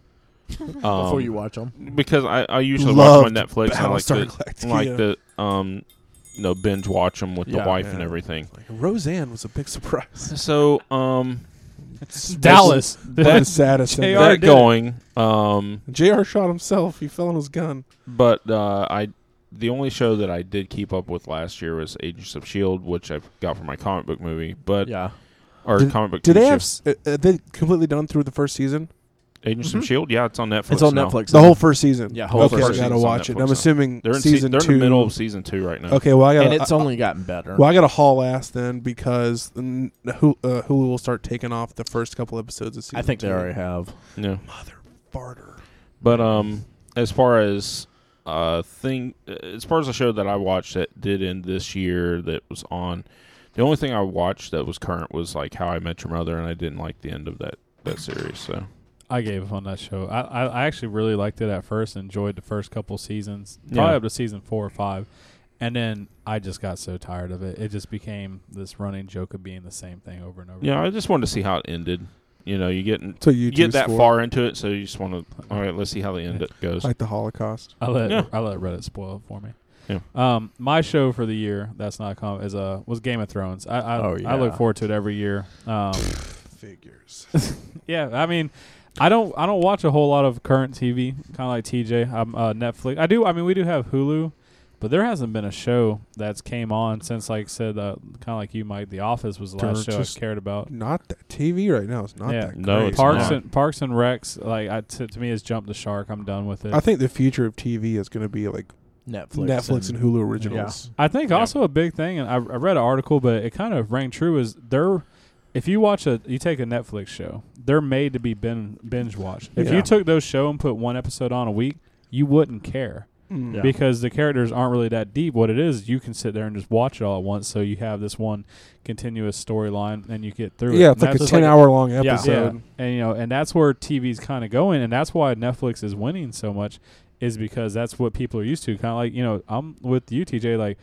D: Um,
C: Before you watch them,
D: because I, I usually watch
B: Loved
D: my Netflix and I like
B: Battlestar
D: the
B: Galactica.
D: like the um, you know, binge watch them with
C: Yeah,
D: the wife
B: yeah.
D: and everything.
B: Like, Roseanne was a big surprise.
D: So um,
A: Dallas.
B: One of the saddest
A: They
B: thing.
A: JR. already
D: that
A: did it.
D: going um,
B: Jr. shot himself. He fell on his gun.
D: but uh, I the only show that I E did keep up with last year was Agents of Shield, which I got from my comic book movie. But
C: yeah,
D: or
B: Do-
D: comic book.
B: Do they
D: TV
B: have?
D: show.
B: s- uh, Are they completely done through the first season?
D: Agents of Shield? E Yeah, it's on Netflix.
C: It's on
D: now.
C: Netflix.
B: The whole first season.
C: Yeah, whole
B: Okay,
C: first
B: I
D: season's
B: gotta
D: on
B: watch it.
D: Netflix
B: I'm
D: now.
B: assuming
D: They're in, se-
B: season
D: they're
B: two.
D: in the middle of season two right now.
B: Okay, well I
C: and
B: gotta.
C: it's
B: I-
C: only gotten better.
B: well, I gotta haul ass then because mm, Hulu, uh, Hulu will start taking off the first couple episodes of season.
C: I think they
B: two.
C: already have.
D: Yeah.
B: Mother barter.
D: But um, as far as uh thing, as far as a show that I watched that did end this year that was on, the only thing I watched that was current was like How I Met Your Mother, and I didn't like the end of that that series. So
A: I gave up on that show. I, I, I actually really liked it at first. Enjoyed the first couple seasons,
D: Yeah.
A: probably up to season four or five, and then I just got so tired of it. It just became this running joke of being the same thing over and over.
D: yeah, I just wanted to see how it ended. You know, you get in,
B: So you
D: you
B: do
D: get that
B: score,
D: far into it, so you just want to. All right, let's see how the end it goes.
B: like the Holocaust.
A: I let
D: Yeah.
A: I let Reddit spoil it for me.
D: Yeah.
A: Um, my show for the year that's not come is uh was Game of Thrones. I I,
C: Oh,
A: I look
C: yeah.
A: forward to it every year. Um,
B: Figures.
A: yeah, I mean, I don't I don't watch a whole lot of current TV. Kind of like TJ, I'm uh, Netflix. I do. I mean, we do have Hulu, but there hasn't been a show that's came on since like said uh, kind of like you, Mike. The Office was the last
B: They're
A: show
B: just
A: I cared about.
B: Not that TV right now. It's not
A: Yeah.
B: that.
D: No,
B: great.
D: it's
A: Parks
D: not.
A: and Parks and Recs, like I, to, to me, has jumped the shark. I'm done with it.
B: I think the future of TV is going to be like
C: Netflix.
B: Netflix and, Hulu originals.
A: I think
D: Yeah.
A: also a big thing, and I, I read an article, but it kind of rang true. Is they're if you watch a you take a Netflix show, they're made to be bin, binge watched. If
B: Yeah.
A: you took those show and put one episode on a week, you wouldn't care
B: Mm.
C: Yeah.
A: because the characters aren't really that deep. What it is, you can sit there and just watch it all at once, so you have this one continuous storyline, and you get through it.
B: Yeah,
A: And
B: it's like a
A: that's just
B: ten hour long
A: yeah,
B: episode.
A: yeah. and you know, and that's where TV's kind of going, and that's why Netflix is winning so much, is because that's what people are used to. Kind of like you know, I'm with you, TJ. Like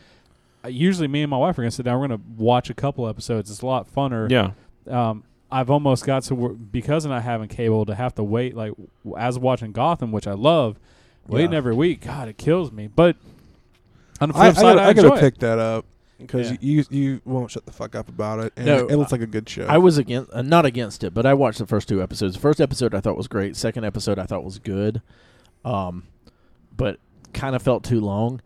A: I- usually, me and my wife are gonna sit down. We're gonna watch a couple episodes. It's a lot funner.
D: Yeah,
A: Um, I've almost got to wor- because of not having cable to have to wait like w- as watching Gotham, which I love, waiting
C: Yeah.
A: every week. God, it kills me. But on the
B: I, I
A: flip side,
B: gotta,
A: I,
B: I gotta
A: enjoy it.
B: pick that up because
A: Yeah.
B: you you won't shut the fuck up about it. And
C: No,
B: it looks like a good show.
C: I was against, uh, not against it, but I watched the first two episodes. The first episode I thought was great. Second episode I thought was good, um, but kind of felt too long.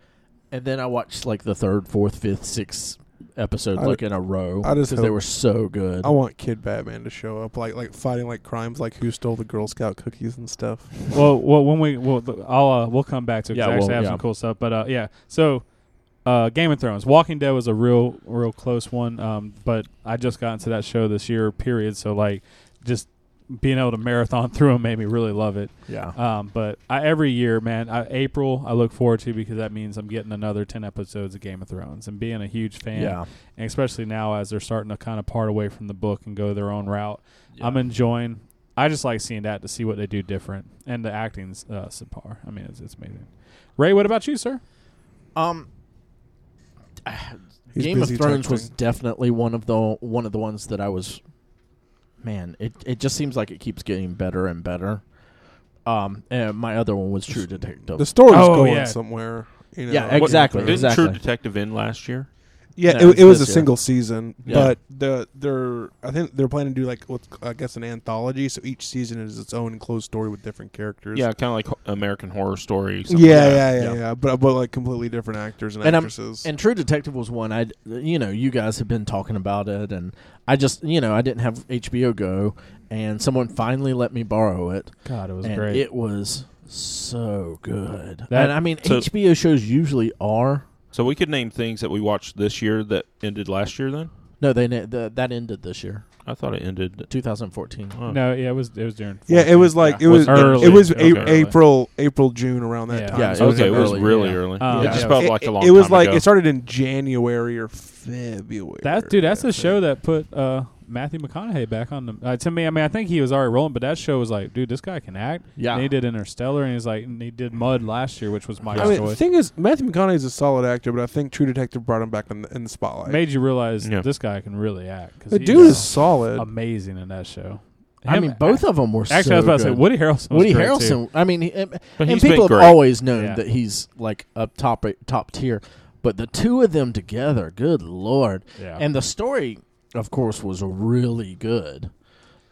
C: And then I watched like the third, fourth, fifth, sixth episode
B: I-
C: like in a row
B: I just
C: they
B: hope-
C: were so good.
B: I want Kid Batman to show up, like like fighting like crimes, like who stole the Girl Scout cookies and stuff.
A: well, well, when we well, th- I'll uh, we'll come back to it 'cause
C: Yeah,
A: I actually
C: well,
A: have
C: yeah.
A: some cool stuff. But uh, yeah, so uh, Game of Thrones, Walking Dead was a real, real close one. Um, but I just got into that show this year, period. So like, just being able to marathon through them made me really love it.
C: yeah,
A: Um, but I, every year, man, I, April I look forward to because that means I'm getting another ten episodes of Game of Thrones and being a huge fan,
C: yeah.
A: and especially now as they're starting to kind of part away from the book and go their own route.
C: yeah.
A: I'm enjoying. I just like seeing that to see what they do different, and the acting's uh, subpar. I mean, it's, it's amazing. Ray, what about you, sir?
C: um,
B: He's
C: Game of
B: busy
C: Thrones
B: texting.
C: was definitely one of the one of the ones that I was. Man, it it just seems like it keeps getting better and better. Um, and my other one was True Detective.
B: the story was
A: Oh,
B: going
A: yeah.
B: somewhere. You know,
C: Yeah,
B: What-
C: exactly,
D: Didn't
C: exactly.
D: True Detective end last year?
B: Yeah,
C: No,
B: it,
C: it's
B: it was a
C: this year.
B: single season,
C: Yeah.
B: but the they're I think they're planning to do like what I guess an anthology. So each season is its own enclosed story with different characters.
D: Yeah, kind of like Ho- American Horror Story.
B: yeah,
D: something like
B: yeah,
D: that.
B: yeah,
C: Yeah.
B: yeah, But but like completely different actors and,
C: And I'm-
B: actresses.
C: And True Detective was one I, you know, you guys have been talking about it, and I just, you know, I didn't have HBO Go, and someone finally let me borrow it,
A: God, it was
C: and
A: great.
C: it was so good.
A: That-
C: and I mean,
D: so-
C: HBO shows usually are
D: So we could name things that we watched this year that ended last year. Then
C: no, they ne- the, that ended this year,
D: I thought it ended.
C: 2014.
D: oh.
A: no, yeah, it was it was during.
B: yeah, it was
A: 14.
B: like it
A: Yeah.
B: was
A: early.
B: it was
A: Okay.
B: a- April April June around that
A: Yeah.
B: time.
C: Yeah,
B: So
C: it
D: Okay, it was
C: early,
D: really
C: yeah.
D: early.
A: Uh,
D: it
C: yeah.
D: just felt
B: Um, it,
D: like a long.
B: it was
D: time
B: like
D: ago.
B: it started in January or February.
A: That dude, that's
B: I
A: a show
B: think.
A: that put uh, Matthew McConaughey back on the. Uh, to me, I mean, I think he was already rolling, but that show was like, dude, this guy can act.
C: Yeah.
A: and he did Interstellar, and he's like, and he did Mud last year, which was my
B: I mean, the
A: choice.
B: thing is, Matthew McConaughey is a solid actor, but I think True Detective brought him back in the, in the spotlight.
A: Made you realize
D: Yeah.
A: this guy can really act. 'cause
B: the
A: he
B: dude
A: was
B: is solid.
A: amazing in that show.
C: I
A: Him-
C: mean, both of them were
A: Actually,
C: so
A: I was about to say
C: good.
A: Woody Harrelson. was
C: Woody
A: great, too.
C: Harrelson. I mean, he- and,
D: But
C: and
D: he's been
C: people have
D: great.
C: always known
A: Yeah.
C: that he's like up top top tier, but the two of them together, good lord!
A: Yeah.
C: And the story, of course, was really good.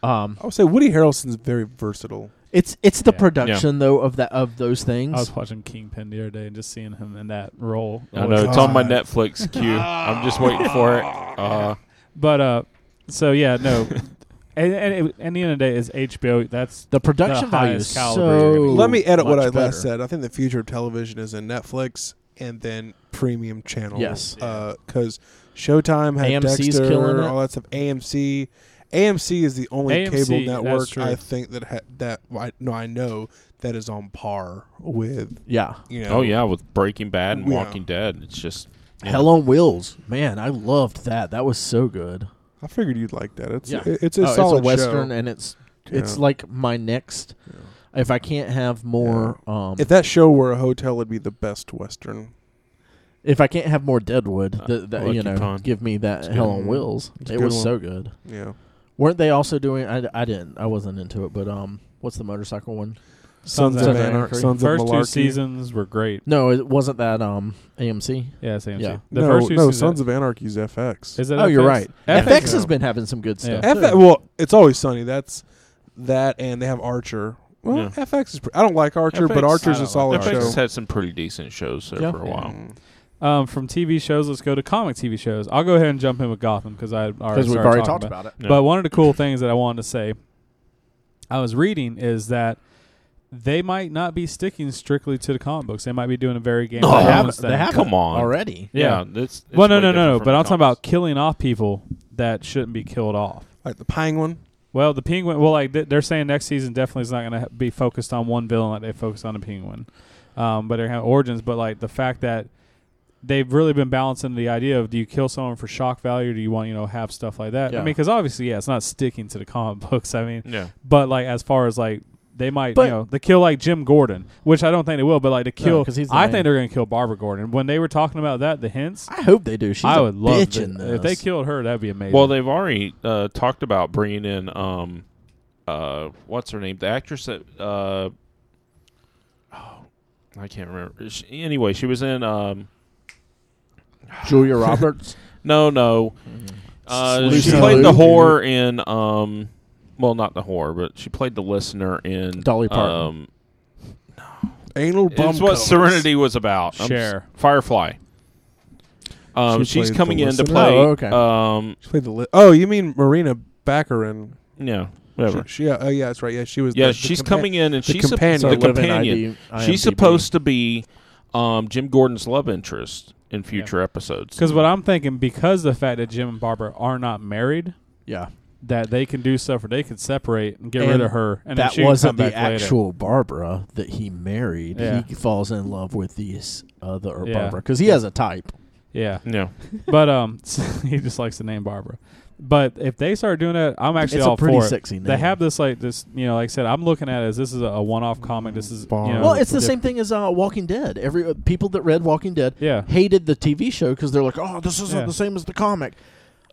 C: Um,
B: I would say Woody Harrelson's very versatile.
C: it's it's the
A: Yeah.
C: production though of that of those things.
A: I was watching Kingpin the other day and just seeing him in that role.
D: I know it's
B: God.
D: on my Netflix queue. I'm just waiting for it. Uh,
A: But uh, So yeah, no. and and it, at the end of the day, is HBO. That's
C: The production value
A: highest
C: is
A: caliber you're
C: so.
A: gonna
B: Let me edit what I
C: much better.
B: last said. I think the future of television is in Netflix and then premium channels.
C: Yes.
B: because Showtime had
C: AMC's
B: Dexter,
C: killing it.
B: all that stuff. AMC, AMC is the only
A: AMC,
B: cable
A: that's
B: network
A: true.
B: I think that ha- that I, no, I know that is on par with
C: Yeah.
B: you know.
D: Oh yeah, with Breaking Bad and
B: Yeah.
D: Walking Dead, it's just Yeah.
C: Hell on Wheels. Man, I loved that. That was so good.
B: I figured you'd like that. It's
C: Yeah.
B: it's a
C: Oh,
B: solid
C: it's a western
B: show.
C: and it's it's
B: Yeah.
C: like my next if I can't have more um
B: If
C: if,
B: that show were a hotel, it'd be the best western.
C: I can't have more Deadwood,
D: Uh,
C: th- th-
D: Lucky
C: you know,
D: Pun.
C: give me that
D: good.
C: Hell on Wheels.
B: It's a
C: It
B: good
C: was
B: one.
C: so good.
B: Yeah,
C: Weren't they also doing I, I didn't I wasn't into it, but um what's the motorcycle one?
B: Sons, of
A: Sons of
B: Anarchy.
C: Anarchy.
B: Sons
A: First
B: of
A: two
B: Malarkey.
A: seasons were great.
C: No, it wasn't that um AMC.
A: Yeah, same.
C: Yeah.
A: The
B: no,
A: first two
B: no,
A: seasons.
B: Sons of Anarchy's FX.
A: is it
C: oh, you're
A: FX?
C: right. FX,
A: FX,
C: has
B: yeah.
C: been having some good stuff.
A: Yeah.
C: too.
B: FX, well, it's always sunny. That's that, and they have Archer. Well,
D: Yeah.
B: FX is. Pre- I don't like Archer, but
D: FX
B: Archer's
A: I
B: a
A: don't
B: solid
A: like
D: FX
B: show.
D: has had some pretty decent shows there
C: Yeah.
D: for a while.
B: Mm.
A: Um, from TV shows, let's go to comic TV shows. I'll go ahead and jump in with Gotham because I already
C: Because we've
A: started
C: already
A: talking
C: talked
A: about.
C: about it.
D: Yeah.
A: But one of the cool things that I wanted to say, I was reading is that they might not be sticking strictly to the comic books. They might be doing a very game.
D: No,
A: of
D: they
A: Thrones
D: haven't-
A: thing.
C: They have
D: Come on.
C: already.
D: yeah,
A: Yeah.
D: That's, it's
A: Well, no,
D: way
A: no, no,
D: different
A: no.
D: from
A: But
D: the
A: I'm talking
D: comics.
A: about killing off people that shouldn't be killed off.
B: Like the Penguin.
A: Well, the penguin. Well, like th- they're saying, next season definitely is not going to be focused on one villain like they focused on the penguin, um, but they have origins. But like the fact that they've really been balancing the idea of do you kill someone for shock value, or do you want you know have stuff like that? I
C: Yeah.
A: mean, because obviously, yeah, it's not sticking to the comic books. I mean,
D: Yeah.
A: but like as far as like they might
C: But-
A: you know they kill like Jim Gordon, which I don't think they will, but like to kill.
C: 'cause he's the
A: I
C: man.
A: think they're going to kill Barbara Gordon. When they were talking about that, the hints.
C: I hope they do. She's
A: I
C: a
A: would love
C: bitch
A: that.
C: in
A: if they
C: this.
A: killed her. That'd be amazing.
D: Well, they've already uh, talked about bringing in um, uh, what's her name, the actress that uh, oh, I can't remember. She, anyway, she was in um,
C: Julia Roberts.
D: no, no,
C: Mm-hmm.
D: uh, she
C: Lucy
D: played
C: Liu.
D: the whore in um, well, not the whore, but she played the listener in
C: Dolly Parton.
D: Um,
B: Anal bum.
D: it's what
B: covers.
D: Serenity was about. I'm
A: Cher.
D: s- Firefly. Um,
B: She
D: she's
B: played
D: coming
B: the
D: in to
B: listener?
D: play.
C: Oh, okay.
D: Um,
B: She played the li- oh, you mean Marina Baccarin?
D: yeah,
B: She,
D: whatever.
B: she, yeah, oh yeah, that's right. Yeah, she was.
D: Yeah,
B: the, the
D: she's
B: compa-
D: coming in and
B: the
D: she's
B: companion.
D: A,
B: So
D: the
B: live
C: Live in
D: companion.
C: ID,
D: She's
C: IMDb.
D: supposed to be um, Jim Gordon's love interest in future episodes.
A: Because what I'm thinking, because the fact that Jim and Barbara are not married,
C: Yeah,
A: that they can do stuff where they can separate and get
C: And
A: rid of her, and then
C: that
A: she can
C: wasn't
A: come
C: the
A: back later.
C: actual Barbara that he married.
A: Yeah.
C: He falls in love with this other
A: Yeah.
C: Barbara because he has a type.
A: Yeah,
D: Yeah,
A: but um, he just likes the name Barbara. But if they start doing that, I'm actually
C: it's
A: all
C: a pretty
A: for it.
C: sexy name.
A: They have this like this, you know, like I said, I'm looking at it as this is a, a one-off comic. This is you know,
C: well, it's the same thing as uh, Walking Dead. Every uh, people that read Walking Dead
A: Yeah,
C: hated the TV show because they're like, "Oh, this isn't
A: Yeah.
C: the same as the comic."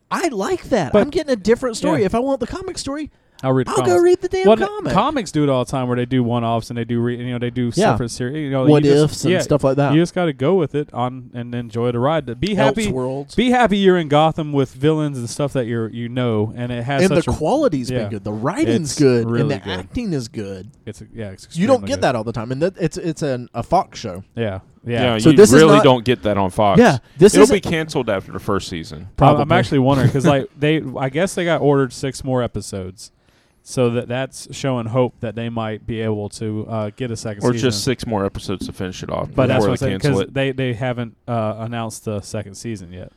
C: I like that.
A: But-
C: I'm getting a different story.
A: Yeah.
C: If I want the comic story,
A: I'll read. the
C: I'll
A: comics.
C: go read the damn
A: Well,
C: comic.
A: Comics do it all the time, where they do one-offs and they do, re- you know, they do
C: Yeah.
A: separate series. You know,
C: what
A: you
C: ifs
A: just,
C: and
A: yeah,
C: stuff like that.
A: You just got to go with it on and enjoy the ride. Be happy.
C: Elseworlds.
A: Be happy you're in Gotham with villains and stuff that you're you know, and it has
C: and the
A: such a,
C: quality's
A: yeah.
C: been good. The writing's
A: It's
C: good,
A: really
C: and the
A: good.
C: acting is good.
A: it's yeah, it's
C: You don't
A: extremely
C: get
A: good.
C: that all the time, and that, it's it's an, a Fox show.
A: Yeah,
D: yeah.
A: yeah.
C: So
D: you
C: this is
D: really
C: not-
D: don't get that on Fox.
C: Yeah, this
D: it'll
C: isn't-
D: be canceled after the first season.
A: Probably. I'm
C: Probably.
A: actually wondering because like they, I guess they got ordered six more episodes, so that that's showing hope that they might be able to uh, get a second
D: Or
A: season.
D: just six more episodes to finish it off
A: but that's
D: before
A: what I'm
D: they
A: saying
D: cancel
A: because
D: it.
A: they they haven't uh, announced the second season yet.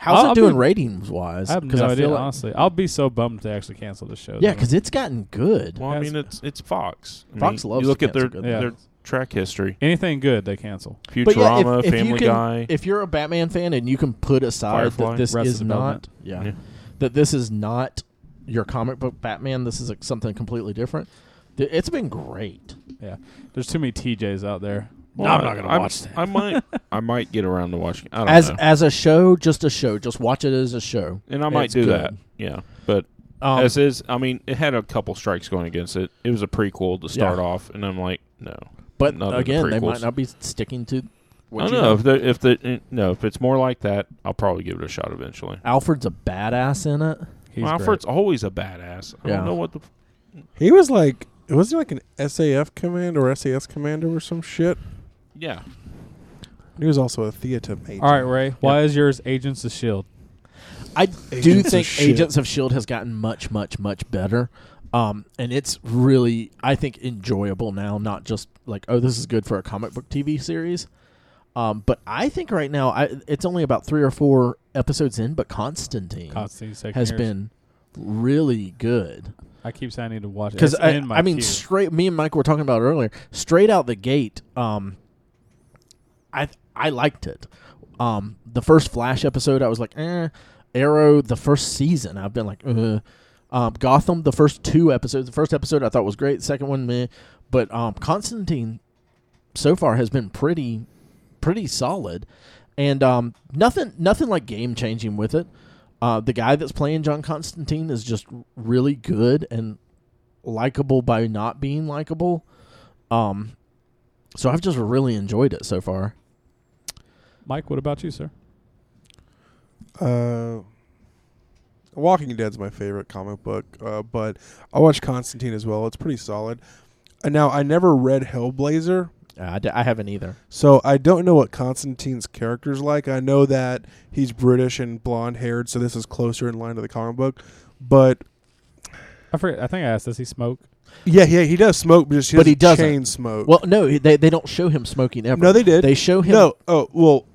C: How's
A: I'll
C: it doing
A: be-
C: ratings wise?
A: I have no idea. honestly, I'll be so bummed to actually cancel this show.
C: yeah,
A: though.
C: because it's gotten good.
D: Well, I
A: That's-
D: mean, it's it's Fox. I
C: Fox
D: mean,
C: loves
D: You look
C: to
D: at their
C: cancel good
A: Yeah.
D: their track history.
A: anything good they cancel.
D: Futurama,
C: But yeah, if- if,
D: Family
C: you can,
D: Guy.
C: if you're a Batman fan and you can put aside
D: Firefly,
C: that this
A: Arrested
C: is not,
A: Development.
C: yeah,
D: Yeah.
C: that this is not your comic book Batman. This is like, something completely different. th- It's been great.
A: Yeah, there's too many TJs out there.
D: Well,
A: I'm not gonna
D: I-
A: watch that.
D: I might I might get around to watching. I don't
C: As
D: know.
C: as a show, just a show, just watch it as a show.
D: and I might
C: it's
D: do
C: good.
D: that. Yeah, but
C: Um,
D: as is, I mean, it had a couple strikes going against it. It was a prequel to start
C: Yeah.
D: off, and I'm like, no.
C: but
D: none of the
C: again, they might
D: prequels.
C: not be sticking to. What
D: I
C: you
D: don't know
C: know.
D: if the, if the eh, no if it's more like that, I'll probably give it a shot eventually.
C: Alfred's a badass in it.
A: He's
D: well,
A: great.
D: Alfred's always a badass. I
C: Yeah.
D: don't know what the f-
B: He was like, was he like an SAF command or SAS commander or some shit?
D: yeah.
B: He was also a theater major.
A: E All right, Ray. Why is yours Agents of Shield?
C: I do
B: Agents of
C: think
B: shit.
C: Agents of Shield E has gotten much, much, much better, um, and it's really I think enjoyable now. Not just like oh, this is good for a comic book TV series, um, but I think right now I, it's only about three or four episodes in, but Constantine
A: Constantine's taking
C: has
A: years.
C: been really good
A: I keep saying I need to watch it.
C: because
A: It's
C: I,
A: in my
C: I mean
A: queue.
C: straight me and Mike were talking about it earlier straight out the gate um I I liked it um the first Flash episode I was like eh Arrow the first season I've been like Ugh. um Gotham the first two episodes the first episode I thought was great the second one meh but um Constantine so far has been pretty pretty solid and um nothing nothing like game changing with it uh, the guy that's playing John Constantine is just really good and likable by not being likable. Um, so I've just really enjoyed it so far.
A: Mike, what about you, sir?
B: Uh, Walking Dead's my favorite comic book, uh, but I watch Constantine as well. It's pretty solid. And now I never read Hellblazer,
C: Uh, I, d- I haven't either.
B: so I don't know what Constantine's character's like. I know that he's British and blonde haired, so this is closer in line to the comic book. But
A: I forget. I think I asked. Does he smoke?
B: yeah, yeah, he does smoke, but just
C: But he
B: does
C: doesn't.
B: chain smoke.
C: Well, no, they they don't show him smoking ever.
B: no, they did.
C: they show him.
B: no, oh well,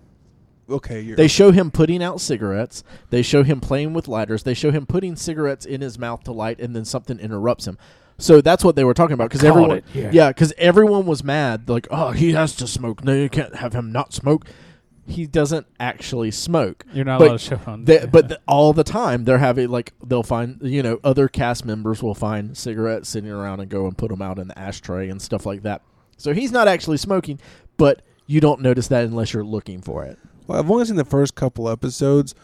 B: okay. You're,
C: They show him putting out cigarettes. They show him playing with lighters. They show him putting cigarettes in his mouth to light, and then something interrupts him. So that's what they were talking about because
D: Called
C: everyone,
D: it, yeah.
C: because everyone was mad. Like, oh, he has to smoke. No, you can't have him not smoke. He doesn't actually smoke.
A: You're not
C: But
A: allowed to show on.
C: They, but the, all the time they're having like they'll find you know other cast members will find cigarettes sitting around and go and put them out in the ashtray and stuff like that. So he's not actually smoking, but you don't notice that unless you're looking for it.
B: Well, I've only seen the first couple episodes.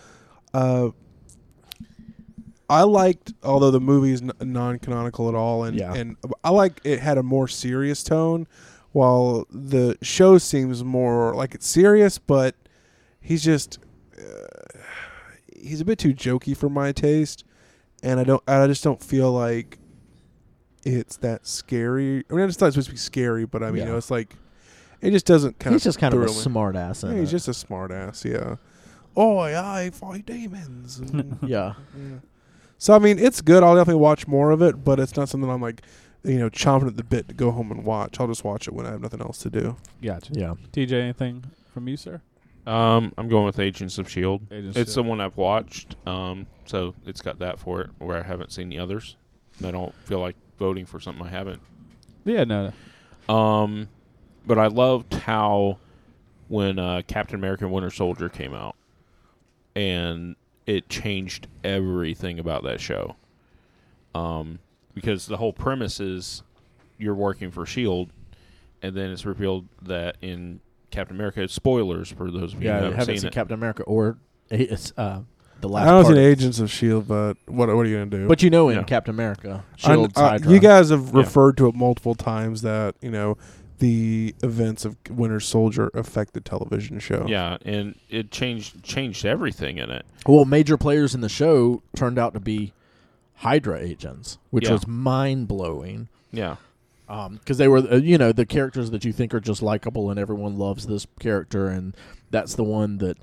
B: Uh, I liked, although the movie is n- non-canonical at all, and
C: Yeah.
B: and I like it had a more serious tone, while the show seems more like it's serious, but he's just uh, he's a bit too jokey for my taste, and I don't, I just don't feel like it's that scary. I mean, I just thought it's supposed to be scary, but I mean,
C: Yeah.
B: you know, it's like it just doesn't kind
C: he's
B: of
C: just kind of a
B: thrill me.
C: smart ass.
B: Yeah, he's just a smartass, yeah. Oh, I fight demons. and-
C: yeah.
B: yeah. So I mean, it's good. I'll definitely watch more of it, but it's not something I'm like, you know, chomping at the bit to go home and watch. I'll just watch it when I have nothing else to do.
A: gotcha.
C: Yeah.
A: TJ, anything from you, sir?
D: Um, I'm going with Agents of Shield.
A: Agents
D: E It's the
A: of-
D: one I've watched. Um, so it's got that for it, where I haven't seen the others. And I don't feel like voting for something I haven't.
A: E Yeah, no, no.
D: Um, but I loved how when uh, Captain America: Winter Soldier came out, and it changed everything about that show. Um, because the whole premise is you're working for Shield, E and then it's revealed that in Captain America, spoilers for those of you who
C: Yeah. I
D: haven't,
C: haven't seen
D: it.
C: Captain America or it's, uh, the last.
B: I don't
C: part.
B: see Agents of Shield, but what what are you gonna do?
C: But you know, in
D: Yeah.
C: Captain America,
B: I-
C: Shield
B: uh, you guys have
D: Yeah.
B: referred to it multiple times that you know the events of Winter Soldier affect the television show.
D: Yeah, and it changed changed everything in it.
C: Well, major players in the show turned out to be Hydra agents, which
D: Yeah.
C: was mind blowing.
D: Yeah,
C: because they were uh, you know the characters that you think are just likable and everyone loves this character and that's the one that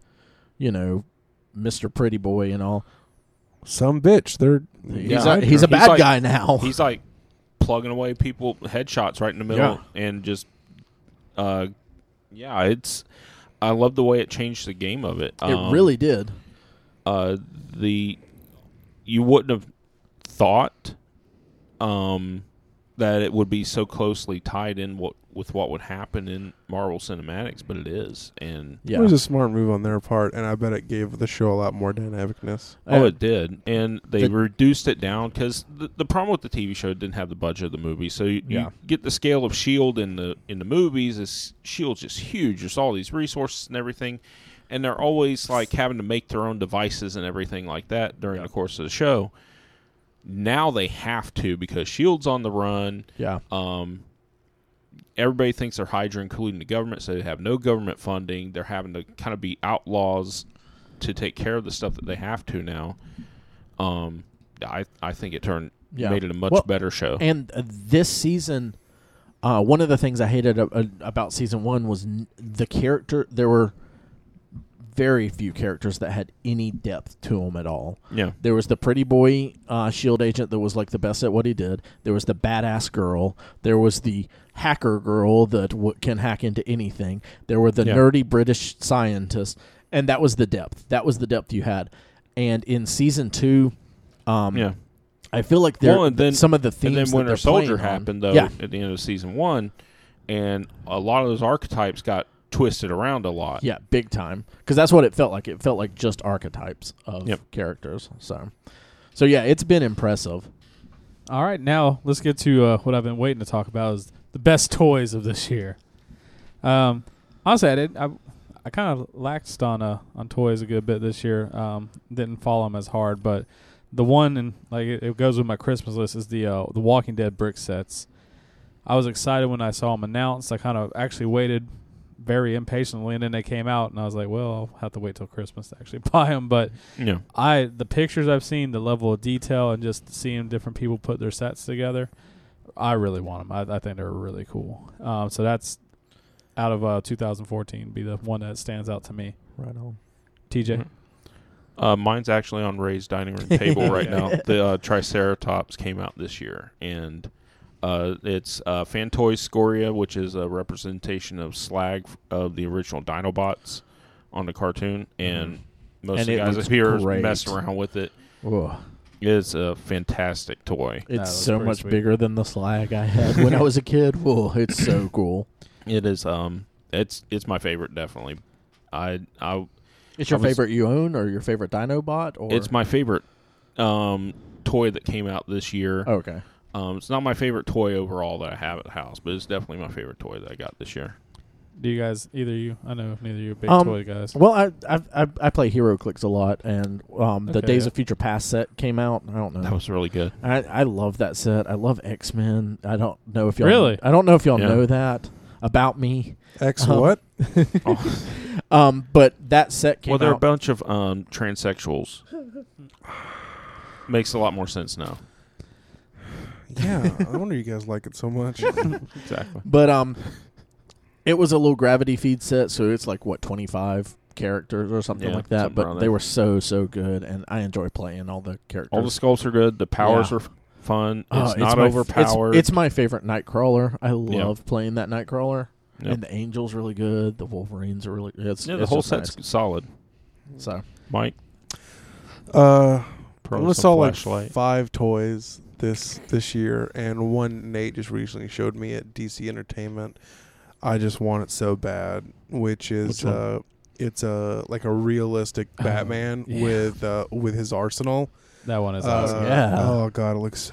C: you know mr pretty boy and all
B: Some bitch. They're
C: he's
D: Yeah.
C: a, he's
D: He's
C: a bad
D: like-
C: guy now
D: he's like plugging away people headshots right in the middle, and just uh, yeah, it's. I love the way it changed the game of it. Um,
C: it really did
D: uh, the you wouldn't have thought um, that it would be so closely tied in what with what would happen in Marvel Cinematics, but it is, and
C: yeah
B: It was a smart move on their part, and I bet it gave the show a lot more dynamicness.
D: Oh,
C: Uh,
D: it did, and they
C: the-
D: reduced it down because the, the problem with the TV show it didn't have the budget of the movie. So you,
C: Yeah.
D: you get the scale of Shield E in the in the movies. Is Shield's E just huge. There's all these resources and everything, and they're always like having to make their own devices and everything like that during the course of the show. Now they have to because Shield's E on the run.
C: yeah
D: Um, everybody thinks they're Hydra, including the government, so they have no government funding. They're having to kind of be outlaws to take care of the stuff that they have to now. Um, I I think it turned
C: Yeah.
D: made it a much
C: Well,
D: better show.
C: and uh, this season uh, one uh, of the things i hated a- a- about season one was n- the character there were very few characters that had any depth to them at all.
D: Yeah.
C: There was the pretty boy uh, shield agent that was like the best at what he did. There was the badass girl. There was the hacker girl that w- can hack into anything. There were the
D: Yeah.
C: nerdy British scientists, and that was the depth. That was the depth you had. And in season two, um,
D: Yeah.
C: I feel like there
D: Well, and then
C: some of the
D: and
C: themes.
D: then
C: that
D: Winter
C: they're
D: Soldier
C: playing on-
D: happened though
C: Yeah,
D: at the end of season one, and a lot of those archetypes got twisted around a lot.
C: yeah, big time. Because that's what it felt like. It felt like just archetypes of
D: Yep.
C: characters. So, so yeah, it's been impressive.
A: All right, now let's get to uh, what I've been waiting to talk about is the best toys of this year. Um, honestly, I did. I, I kind of laxed on uh, on toys a good bit this year. Um, didn't follow them as hard, but the one and like it, it goes with my Christmas list is the uh, the Walking Dead brick sets. I was excited when I saw them announced. I kind of actually waited very impatiently, and then they came out, and I was like, "Well, I'll have to wait till Christmas to actually buy them." But
D: Yeah.
A: I the pictures I've seen, the level of detail, and just seeing different people put their sets together, I really want them. I, I think they're really cool. Um, so that's out of uh, 2014, be the one that stands out to me.
C: Right on.
A: TJ,
D: Mm-hmm. Uh, mine's actually on Ray's dining room table right now. The uh, Triceratops came out this year, and uh, it's uh, Phantoy Scoria, which is a representation of Slag f- of the original Dinobots on the cartoon, and most
C: Mm-hmm. And
D: of the
C: it
D: guys
C: looks
D: up here
C: great.
D: messed around with it.
C: Ugh.
D: It's a fantastic toy.
A: That
C: It's
A: was
C: so
A: pretty
C: much
A: sweet.
C: bigger than the slag I had when I was a kid. Whoa, it's so cool.
D: It is um, it's it's my favorite definitely. I I
C: It's
D: I
C: your
D: was-
C: favorite you own or your favorite Dinobot or
D: it's my favorite um toy that came out this year.
C: Oh, okay.
D: Um, it's not my favorite toy overall that I have at the house, but it's definitely my favorite toy that I got this year.
A: do you guys either you? I know neither of you are big
C: Um,
A: toy guys.
C: Well, I I I, I play Hero Clicks a lot, and um, the
A: Okay,
C: Days
A: yeah.
C: of Future Past set came out. I don't know.
D: That was really good.
C: I, I love that set. I love X Men. I don't know if y'all
A: Really?
C: I don't know if y'all
D: Yeah.
C: know that about me.
B: X
C: Um,
B: what?
C: Um, but that set came
D: well, they're a
C: out.
D: bunch of um, transsexuals. Makes a lot more sense now.
B: Yeah, I wonder you guys like it so much.
D: Exactly.
C: But um, it was a little gravity feed set, so it's like what twenty five characters or something
D: Yeah,
C: like that.
D: something
C: but
D: around
C: they
D: there.
C: were so so good, and I enjoy playing all the characters.
D: All the sculpts are good. The powers
C: Yeah.
D: are f- fun. It's
C: Uh,
D: not
C: my f-
D: overpowered.
C: It's, it's my favorite Nightcrawler. I love playing that Nightcrawler.
D: Yep.
C: And the Angel's really good. The Wolverines are really. It's,
D: yeah, the
C: it's
D: whole
C: just nice.
D: set's solid.
C: So
D: Mike,
B: Uh, I
D: throw
B: only
D: some
B: saw like
D: flashlight.
B: five toys this this year, and one Nate just recently showed me at DC Entertainment. I just want it so bad, which is
C: Which one?
B: uh, it's a like a realistic
A: Oh,
B: Batman
A: yeah.
B: with uh, with his arsenal.
A: that one is
B: Uh,
A: awesome.
C: Yeah.
B: Oh god, it looks.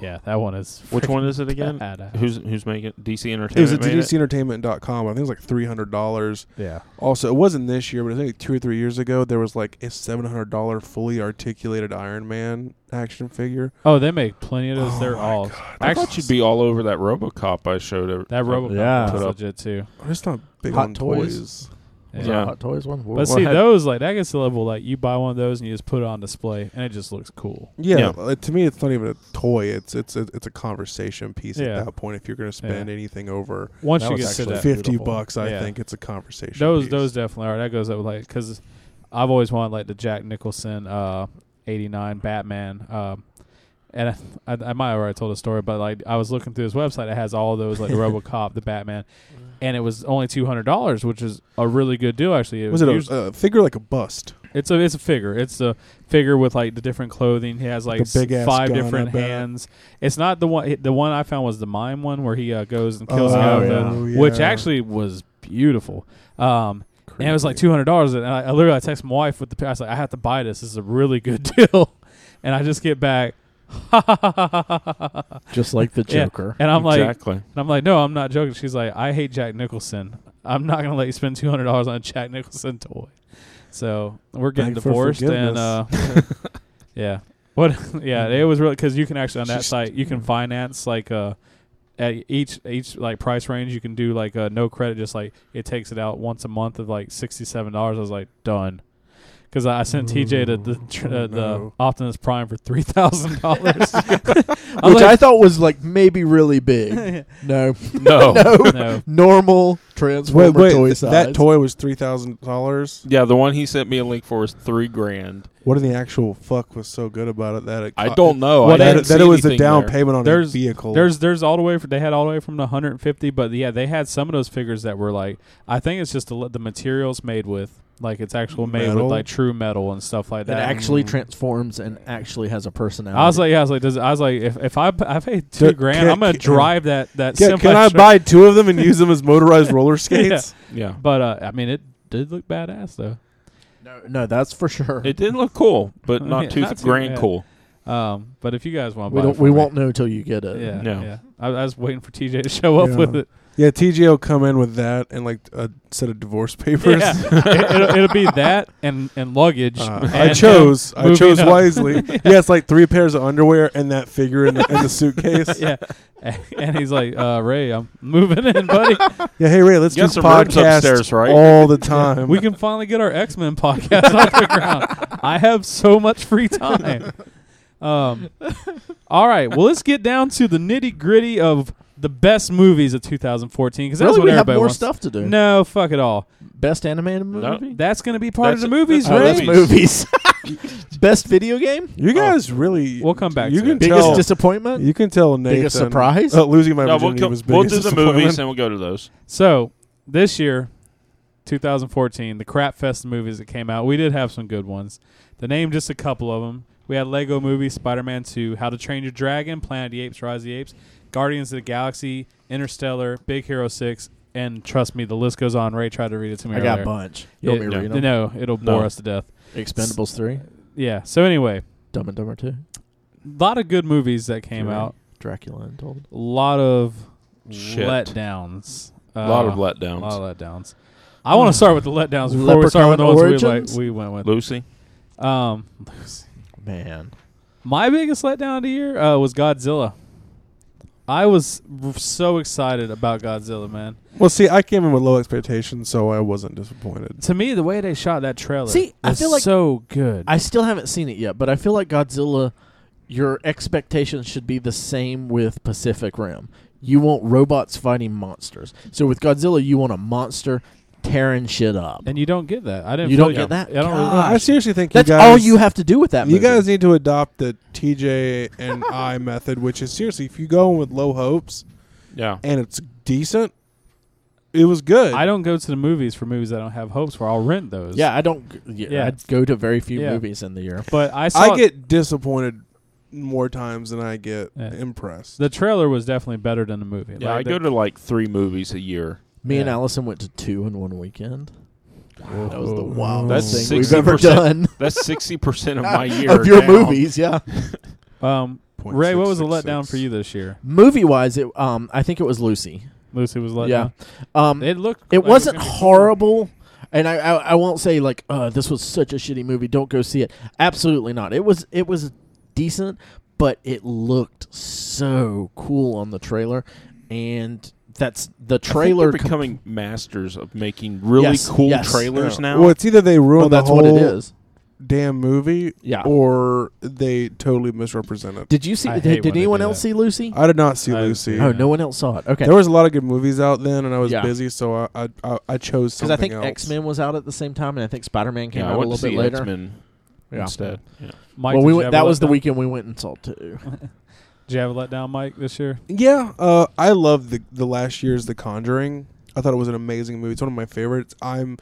A: Yeah, that one is.
D: Which one is it again?
A: badass.
D: Who's who's making DC Entertainment?
B: It was at
D: made it?
B: DCEntertainment.com. I think it was like three hundred dollars.
A: Yeah,
B: Also, it wasn't this year, but I think like two or three years ago, there was like a seven hundred dollar fully articulated Iron Man action figure.
A: Oh, they make plenty of those.
B: Oh
A: They're
B: my
A: all.
D: I thought you'd be all over that RoboCop I showed. ev-
A: that Robocop
C: Yeah.
A: yeah.
D: Put up.
A: legit too.
B: I'm just not big
C: Hot
B: on
C: Toys?
B: toys.
C: was
D: Yeah.
C: that Hot Toys one.
A: But
D: Well,
A: see,
D: I had-
A: those like that gets to the level like you buy one of those and you just put it on display and it just looks cool.
B: Yeah,
D: Yeah.
B: uh, to me, it's not even a toy. It's it's a, it's a conversation piece
A: Yeah.
B: at that point. If you're going to spend anything over
A: Once
C: That
A: you get
C: was
A: to
C: actually
A: that,
B: fifty
C: beautiful.
B: bucks, I
A: Yeah.
B: think it's a conversation.
A: those
B: piece.
A: those definitely are. That goes up with like because I've always wanted like the Jack Nicholson uh, '89 Batman. Um, and I, I, I might have already told a story, but like I was looking through his website, it has all those like the RoboCop, the Batman, and it was only two hundred dollars, which is a really good deal actually.
B: was it
A: usu-
B: a, a figure like a bust?
A: It's a it's a figure. It's a figure with like the different clothing. He has like
B: The big
A: s-
B: ass
A: five
B: gun, I
A: different
B: bet.
A: hands. It's not the one. The one I found was the mime one where he uh, goes and kills
B: Oh,
A: the guy,
B: yeah.
A: with
B: yeah.
A: the- which actually was beautiful. Um, and it was like two hundred dollars. And I, I literally I text my wife with the. I was like, I have to buy this. This is a really good deal. And I just get back. and
C: Just like the
A: Yeah.
C: Joker.
A: I'm like,
D: exactly.
A: and I'm like, no, I'm not joking. She's like, I hate Jack Nicholson. I'm not gonna let you spend two hundred dollars on a Jack Nicholson toy. So we're getting
B: Beg for
A: divorced, and uh, yeah, what? Yeah, it was really because you can actually on that
B: Just-
A: site you can finance like uh at each each like price range you can do like uh, no credit, just like it takes it out once a month of like sixty seven dollars. I was like, done. because I I sent TJ to the tr-
B: Oh,
A: uh, the
B: no.
A: Optimus Prime for three thousand dollars,
C: which I thought was like maybe really big. no,
D: No.
A: no.
C: normal transformer toy
B: th-
C: size.
B: that toy was three thousand dollars.
D: Yeah, the one he sent me a link for was three grand.
B: What in the actual fuck was so good about it that it
D: I
B: co-
D: don't know.
A: Well,
D: I
A: they-
B: that,
D: didn't
B: it- that
D: see
B: it was the
D: anything
B: down
D: there.
B: payment on
A: There's-
B: a vehicle.
A: There's there's all the way for, they had all the way from the 150, but yeah, they had some of those figures that were like I think it's just the, the materials made with like it's actual made
B: Metal?
A: with like true metal and stuff like
C: that
A: that. mm.
C: actually transforms and actually has a personality.
A: I was like, yeah, I was like, does, I was like, if, if I p- I paid two
B: Dude,
A: grand,
B: can-
A: I'm gonna
B: can-
A: drive that that.
B: Can, can I
A: semi-truck.
B: buy two of them and use them as motorized roller skates?
D: Yeah.
A: But uh, I mean, it did look badass though.
C: no, no, that's for sure.
D: It didn't look cool, but not
A: Yeah,
D: too
A: not too
D: grand
A: bad.
D: cool.
A: Um, but if you guys want, to
C: we
A: buy it
C: don't.
A: for
C: We
A: me-
C: won't know till you get it.
A: Yeah,
D: No.
A: yeah. I, I was waiting for TJ to show up
B: Yeah.
A: with it.
B: Yeah, TJ will come in with that and like a set of divorce papers.
A: Yeah. it, will it'll be that and and luggage.
B: Uh,
A: and
B: I chose.
A: him
B: I chose
A: moving up.
B: wisely. yeah. it's like three pairs of underwear and that figure in the, in the suitcase. yeah.
A: yeah, and he's like, uh, Ray, I'm moving in, buddy.
B: Hey Ray, let's
D: You got
B: do
D: some rooms
B: podcasts
D: upstairs, right?
B: all the time.
A: We can finally get our X Men podcast off the ground. I have so much free time. Um, all right, well, let's get down to the nitty gritty of the best movies of 2014 because that's
C: Really,
A: what
C: we have
A: everybody
C: more
A: wants.
C: stuff to do.
A: No, fuck it all.
C: Best animated movie.
A: That's going to be part
D: That's-
A: of the movies,
D: that's-
C: Oh,
A: Ray.
C: that's movies. Best video game.
B: you guys really.
A: We'll come back
B: You
A: to
B: can
A: it.
B: tell.
C: Biggest disappointment.
B: you can tell Nathan.
C: biggest surprise?
A: Oh.
B: Uh, losing my
D: No, we'll,
B: virginity
D: go-
B: was
D: we'll
B: biggest
D: do the
B: disappointment.
D: movies and we'll go to those.
A: So this year, 2014, the crap fest of movies that came out, we did have some good ones. To name just a couple of them, we had Lego Movie, Spider-Man 2, How to Train Your Dragon, Planet of the Apes, Rise of the Apes, Guardians of the Galaxy, Interstellar, Big Hero 6, and trust me, the list goes on. Ray tried to read it to me
C: I got a
A: earlier.
C: bunch. You
A: It,
C: want me to
D: yeah.
C: read 'em?
A: no, it'll
D: No.
A: bore us to death.
C: Expendables three.
A: Yeah. So anyway,
C: Dumb and Dumber two.
A: a lot of good movies that came
C: Three.
A: out.
C: Dracula Untold.
A: A lot of
D: Shit.
A: letdowns.
D: A lot of
A: Uh,
D: letdowns.
A: A lot of letdowns. I want to start with the letdowns before we start with the
C: Leprechaun
A: ones we, like,
C: Origins?
A: we went with.
D: Lucy.
A: Um,
C: Man.
A: my biggest letdown of the year uh, was Godzilla. I was r- so excited about Godzilla, man.
B: Well, see, I came in with low expectations, so I wasn't disappointed.
A: To me, the way they shot that trailer
C: See, I
A: was
C: feel like-
A: so good.
C: I still haven't seen it yet, but I feel like Godzilla. Your expectations should be the same with Pacific Rim. You want robots fighting monsters. So with Godzilla, you want a monster tearing shit up.
A: and you don't get that. I didn't.
C: You
A: feel
C: don't
A: like-
C: get that?
A: I don't really,
C: God.
B: I seriously think
C: That's
B: you guys,
C: all you have to do with that.
B: You
C: movie.
B: guys need to adopt the TJ and I method, which is seriously, if you go in with low hopes
D: Yeah.
B: and it's decent, it was good.
A: I don't go to the movies for movies I don't have hopes for. I'll rent those.
C: Yeah, I don't. g- Yeah,
A: Yeah.
C: I'd go to very few
A: Yeah.
C: movies in the year.
A: but I saw
B: I get disappointed more times than I get
A: Yeah.
B: impressed.
A: the trailer was definitely better than the movie.
D: Yeah,
A: Like,
D: I
A: the-
D: go to like three movies a year.
C: Me and
A: Yeah.
C: Allison went to two in one weekend. That was the
A: Whoa.
B: That's
C: wildest thing we've ever
D: 60%
C: done
D: That's sixty percent of my year.
C: of your
D: now.
C: movies. Yeah,
A: Um,
B: Point
A: Ray, what was the
B: 666.
A: letdown for you this year?
C: movie wise, it um, I think it was Lucy.
A: Lucy was let
C: yeah,
A: down.
C: um,
A: It looked.
C: it
A: like
C: wasn't
A: gonna be cool.
C: horrible and I, I i won't say like uh this was such a shitty movie don't go see it absolutely not it was it was decent but it looked so cool on the trailer and that's the
D: Trailer
C: trailer com-
D: becoming masters of making really
C: Yes,
D: cool
C: yes.
D: trailers now.
B: Well, it's either they
C: well,
B: ruined
C: that's
B: the whole
C: what it is
B: damn movie
C: yeah
B: or they totally misrepresent it.
C: did you see
A: I hate
C: did,
A: when
C: did
A: they
C: anyone
A: do
C: else
A: that.
C: see lucy
B: I did not see
A: I didn't
B: Lucy.
A: see
C: oh
A: yeah.
C: no one else saw it okay
B: There was a lot of good movies out then, and I was
C: Yeah.
B: busy, so I I, I, I chose
C: because
B: something
C: i think
B: else.
C: x-men was out at the same time and i think spider-man came
D: yeah, I
C: out a
D: went
C: little
D: to
C: bit
D: see
C: later
D: X-Men
C: Yeah.
D: instead. Yeah.
A: Mike,
C: well
A: did
C: we
A: you
C: went,
A: have
C: that
A: a
C: was the
A: letdown?
C: weekend we went and saw two
A: Did you have a letdown, Mike, this year?
B: Yeah, uh, I love the the last year's The Conjuring. I thought it was an amazing movie. It's one of my favorites. I'm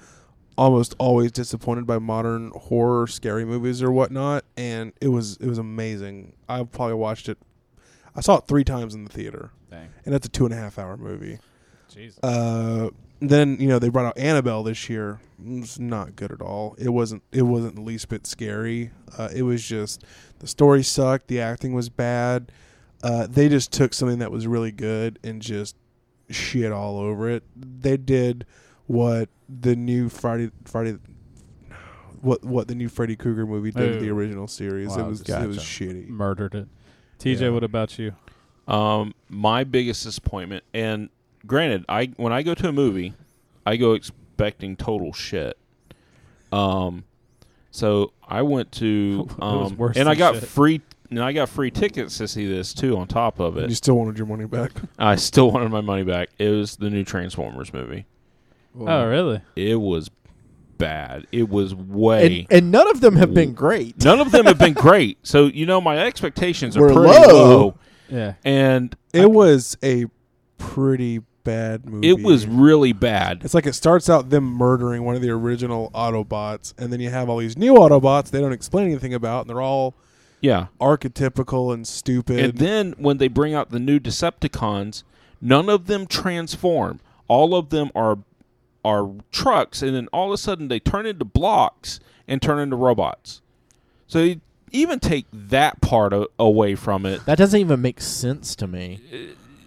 B: almost always disappointed by modern horror, scary movies or whatnot, and it was it was amazing. I probably watched it. I saw it three times in the theater,
A: Dang.
B: and that's a two and a half hour movie.
A: Jeez.
B: Uh, then you know they brought out Annabelle this year. It's not good at all. It wasn't. It wasn't the least bit scary. Uh, it was just the story sucked. The acting was bad. Uh, they just took something that was really good and just shit all over it. They did what the new Friday Friday what what the new Freddy Krueger movie did to the
A: Oh.
B: original series.
A: Wow,
B: it was it was shitty.
A: Murdered it. TJ,
B: Yeah.
A: what about you?
D: Um, my biggest disappointment, and granted, I when I go to a movie, I go expecting total shit. Um, So I went to,
A: It was
D: um,
A: worse
D: and
A: than
D: I got
A: shit.
D: free, and I got free tickets to see this too. On top of
B: You
D: it,
B: still wanted your money back.
D: Mm. I still wanted my money back. It was the new Transformers movie.
A: Oh, really?
D: It was bad. It was way.
C: And, and none of them have been great.
D: None of them have been great. So you know my expectations are
C: Were
D: pretty
C: low.
D: low
A: Yeah.
D: and
B: It was a pretty bad movie.
D: it was really bad.
B: It's like it starts out them murdering one of the original Autobots, and then you have all these new Autobots they don't explain anything about, and they're all
D: Yeah.
B: archetypical and stupid.
D: And then when they bring out the new Decepticons, none of them transform. All of them are are trucks, and then all of a sudden they turn into blocks and turn into robots. So you even take that part o- away from it,
C: That doesn't even make sense to me.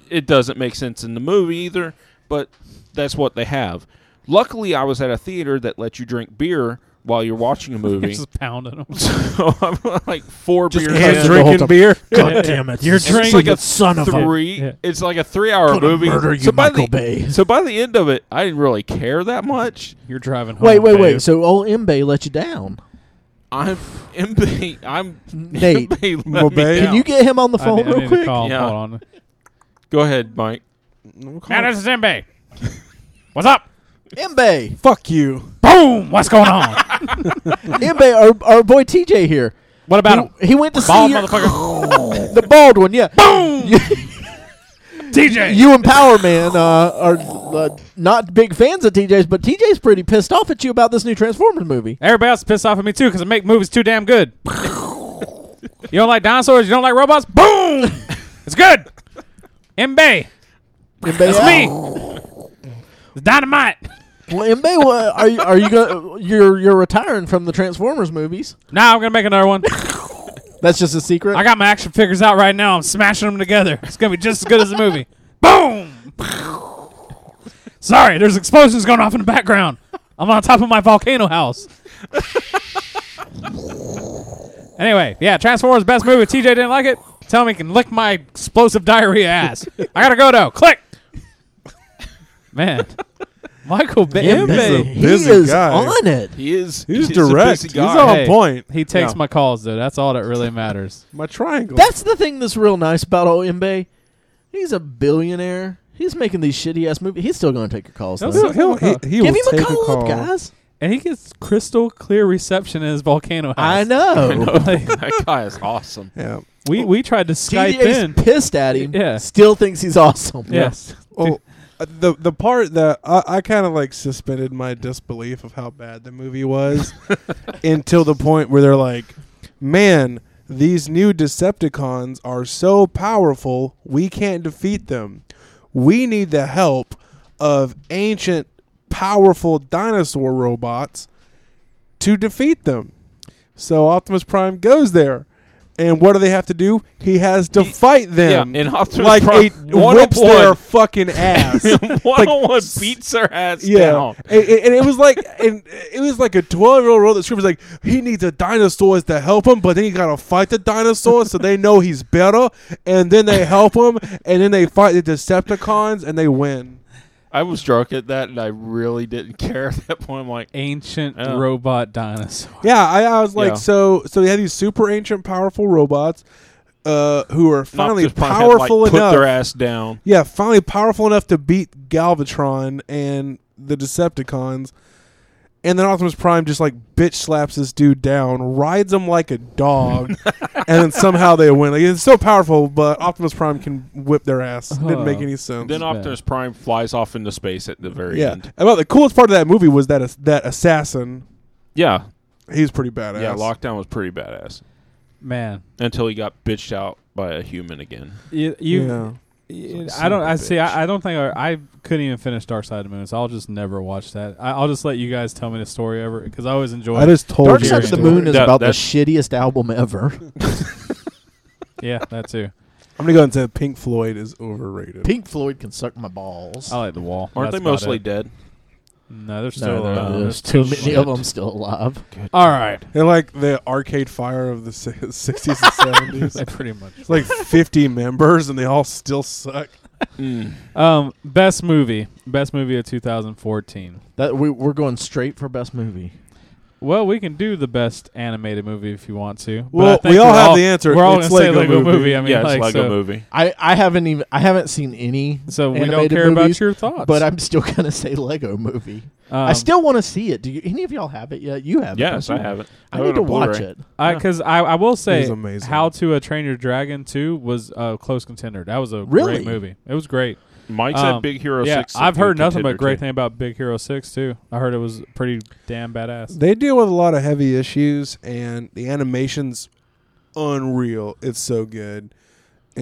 D: it doesn't make sense in the movie either. But that's what they have. Luckily, I was at a theater that lets you drink beer while you're watching a movie.
A: Just pounding them.
D: so I'm like four
C: Just
D: beers.
C: hands
D: in.
C: the whole time.
B: beer.
C: God damn it! You're
D: It's like a
C: son of
D: three.
A: Yeah.
D: It's like a three-hour
C: Gonna
D: movie.
C: murder you,
D: so by
C: Michael
D: the,
C: Bay.
D: So by the end of it, I didn't really care that much.
A: You're driving home.
C: Wait, wait,
A: babe.
C: wait. So old Mbe let you down.
D: I'm MB. I'm
C: Nate,
D: MB
B: Well,
D: let me
B: babe,
D: down.
C: Can you get him on the
A: I need-
C: phone
A: I need
C: real
A: to
C: quick?
A: Call,
D: Yeah.
A: Hold on.
D: Go ahead, Mike.
A: Now this is Zimbe. What's up?
C: Mbe,
B: Fuck you.
A: Boom! What's going on?
C: Mbe, our, our boy TJ here.
A: what
C: He,
A: about him?
C: he went to
D: Oh,
A: Bald
C: see your,
A: motherfucker.
C: the bald one. Yeah, boom.
A: TJ.
C: you and Power Man uh, are uh, not big fans of TJ's, but TJ's pretty pissed off at you about this new Transformers movie.
A: Everybody else is pissed off at me too because I make movies too damn good. you don't like dinosaurs? You don't like robots? Boom! It's good. Mbe.
C: Mbe,
A: It's me. It's dynamite.
C: uh, Well, Mbe, what, are you are you gonna, you're you're retiring from the Transformers movies?
A: Now I'm gonna make another one.
C: That's just a secret.
A: I got my action figures out right now. I'm smashing them together. It's gonna be just as good as the movie. Boom! Sorry, there's explosions going off in the background. I'm on top of my volcano house. anyway, yeah, Transformers best movie. TJ didn't like it. Tell me he can lick my explosive diarrhea ass. I gotta go though. Click. Man, Michael Bay.
B: a
C: he
B: busy
C: is
B: guy.
C: on it.
D: He is.
B: He's,
D: a
B: direct.
D: busy
B: He's
D: guy.
B: on
A: Hey.
B: point.
A: He takes
D: Yeah.
A: my calls though. That's all that really matters.
B: My triangle.
C: That's the thing that's real nice about old Mbe. He's a billionaire. He's making these shitty ass movies. He's still going to take your calls. Though.
A: That's
B: he'll, he'll, he,
C: Give
B: he will
C: him
B: take
C: a call,
B: call.
C: up, guys.
A: And he gets crystal clear reception in his volcano house.
C: I know.
A: Like,
D: that guy is awesome.
B: Yeah.
A: we we tried to Skype
C: TJ's
A: in.
C: pissed at him.
A: Yeah.
C: Still thinks he's awesome.
A: Yes.
B: Well, uh, the the part that I, I kind of like suspended my disbelief of how bad the movie was until the point where they're like, "Man, these new Decepticons are so powerful, we can't defeat them. We need the help of ancient, powerful dinosaur robots to defeat them." So Optimus Prime goes there. And what do they have to do? He has to
D: He-
B: fight them
D: Yeah, and Optimus
B: like
D: Prime
B: it whips their fucking ass.
D: One on one beats their ass
B: yeah,
D: down.
B: and, and- and it was like, and it was like a twelve-year-old that script was like, he needs a dinosaur to help him, but then he gotta fight the dinosaurs so they know he's better, and then they help him, and then they fight the Decepticons and they win.
D: I was drunk at that, and I really didn't care at that point. I'm like,
A: Ancient
D: Yeah.
A: robot dinosaur.
B: Yeah, I, I was like,
D: Yeah.
B: so so they had these super ancient, powerful robots, uh, who are finally
D: Optimus Prime had, like,
B: powerful
D: put
B: enough.
D: their ass down.
B: Yeah, finally powerful enough to beat Galvatron and the Decepticons. And then Optimus Prime just like bitch slaps this dude down, rides him like a dog, and then somehow they win. Like it's so powerful, but Optimus Prime can whip their ass. It
C: Uh-huh.
B: didn't make any sense.
D: Then
A: bad.
D: Optimus Prime flies off into space at the very
B: yeah.
D: end.
B: About the coolest part of that movie was that ass- that assassin.
D: Yeah,
B: He was pretty badass.
D: yeah. Lockdown was pretty badass
A: Man,
D: until he got bitched out by a human again.
A: you, you
B: Yeah.
A: you-
D: Son
A: I don't.
D: of a
A: I see.
D: bitch.
A: I, I don't think I, I couldn't even finish Dark Side of the Moon, so I'll just never watch that. I, I'll just let you guys tell me the story ever because I always enjoy.
B: I
A: it.
B: just told
C: Dark
B: you.
C: Side of the
B: story.
C: Moon is
D: That-
C: about the
D: that's-
C: shittiest album ever.
A: Yeah, that too.
B: I'm gonna go and say Pink Floyd is overrated.
C: Pink Floyd can suck my balls.
A: I like the wall.
D: Aren't
A: That's
D: they
A: about
D: mostly
A: it.
D: dead?
A: No, they're Oh, still.
C: no, no,
A: alive.
C: there's too many of them still alive.
A: All right.
B: They're like the Arcade Fire of the si- 60s and 70s.
A: They pretty much.
B: It's like 50 members and they all still suck.
D: Mm.
A: Um, best movie. Best movie of 2014.
C: That we, We're going straight for best movie.
A: Well, we can do the best animated movie if you want to. but I
B: Well,
A: think
B: we all
A: we're
B: have the answer.
A: We're all
B: it's
A: gonna say
B: Lego, movie.
A: I mean,
D: yeah, it's
A: like,
D: Lego
A: so,
D: Movie.
C: I, I haven't even I haven't seen any,
A: So we don't
C: Animated
A: care about
C: movies,
A: your thoughts.
C: but I'm still gonna say Lego Movie.
A: um,
C: I still want to see it. Do you, any of y'all have it yet? You have
D: Yes,
C: it. don't
D: I
C: you?
D: have it.
C: I need to watch it.
A: because I, I will
B: It
A: say
B: was amazing.
A: How to uh, Train Your Dragon Two was a close contender. That was a
C: Really?
A: great movie. It was great.
D: Mike said
A: Um,
D: Big Hero
A: yeah,
D: Six.
A: I've heard nothing but
D: contender
A: great
D: too.
A: thing about Big Hero Six too. I heard it was pretty damn badass.
B: They deal with a lot of heavy issues, and the animation's unreal. It's so good,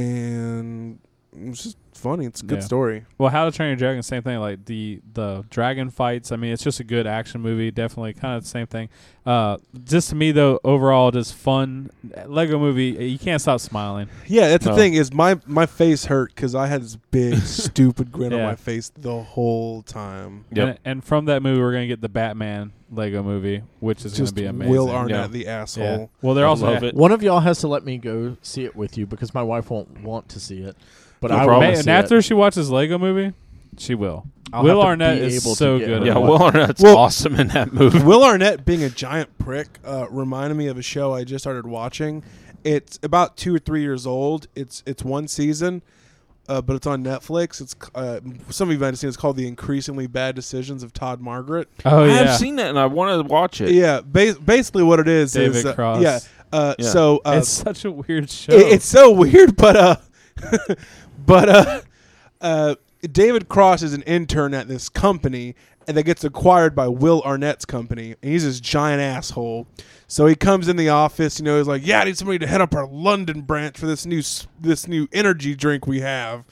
B: and it's just funny. It's a good
A: Yeah.
B: story.
A: Well, How to Train Your Dragon, same thing. Like the the dragon fights. I mean, it's just a good action movie. Definitely, kind of the same thing. Uh, just to me though, overall, just fun. Lego Movie. eh, You can't stop smiling.
B: Yeah, that's
D: No.
B: the thing is my my face hurt because I had this big stupid grin on
A: Yeah.
B: my face the whole time.
D: Yep.
A: And, and from that movie, we're gonna get the Batman Lego Movie, which is
B: Just
A: gonna be amazing.
B: Will Arnett,
D: Yeah.
B: the asshole.
A: Yeah. Well, they're
D: I
A: also
D: love it.
C: One of y'all has to let me go see it with you because my wife won't want to see it. But
D: No
C: I
D: problem.
C: will
A: Ma-
C: see
A: and
C: it.
A: after she watches Lego Movie, she will.
C: I'll
A: Will
C: have to
A: Arnett
C: be
A: is
C: able to
A: so
C: get
A: good.
C: her
D: Yeah,
A: at
C: to
A: what-
C: watch
D: Will Arnett's
B: Well-
D: awesome in that movie.
B: Will Arnett being a giant prick uh, reminded me of a show I just started watching. It's about two or three years old. It's it's one season, uh, but it's on Netflix. It's uh, some of you might have seen. It's called The Increasingly Bad Decisions of Todd Margaret.
A: Oh yeah.
D: I've seen that and I want to watch it.
B: Yeah, bas- basically what it is
A: David
B: is uh,
A: Cross.
B: yeah. Uh,
D: Yeah.
B: So uh,
A: it's such a weird show.
B: It- it's so weird, but uh, but uh, uh, David Cross is an intern at this company, and that gets acquired by Will Arnett's company, and he's this giant asshole. So he comes in the office, you know, he's like, "Yeah, I need somebody to head up our London branch for this new s- this new energy drink we have,"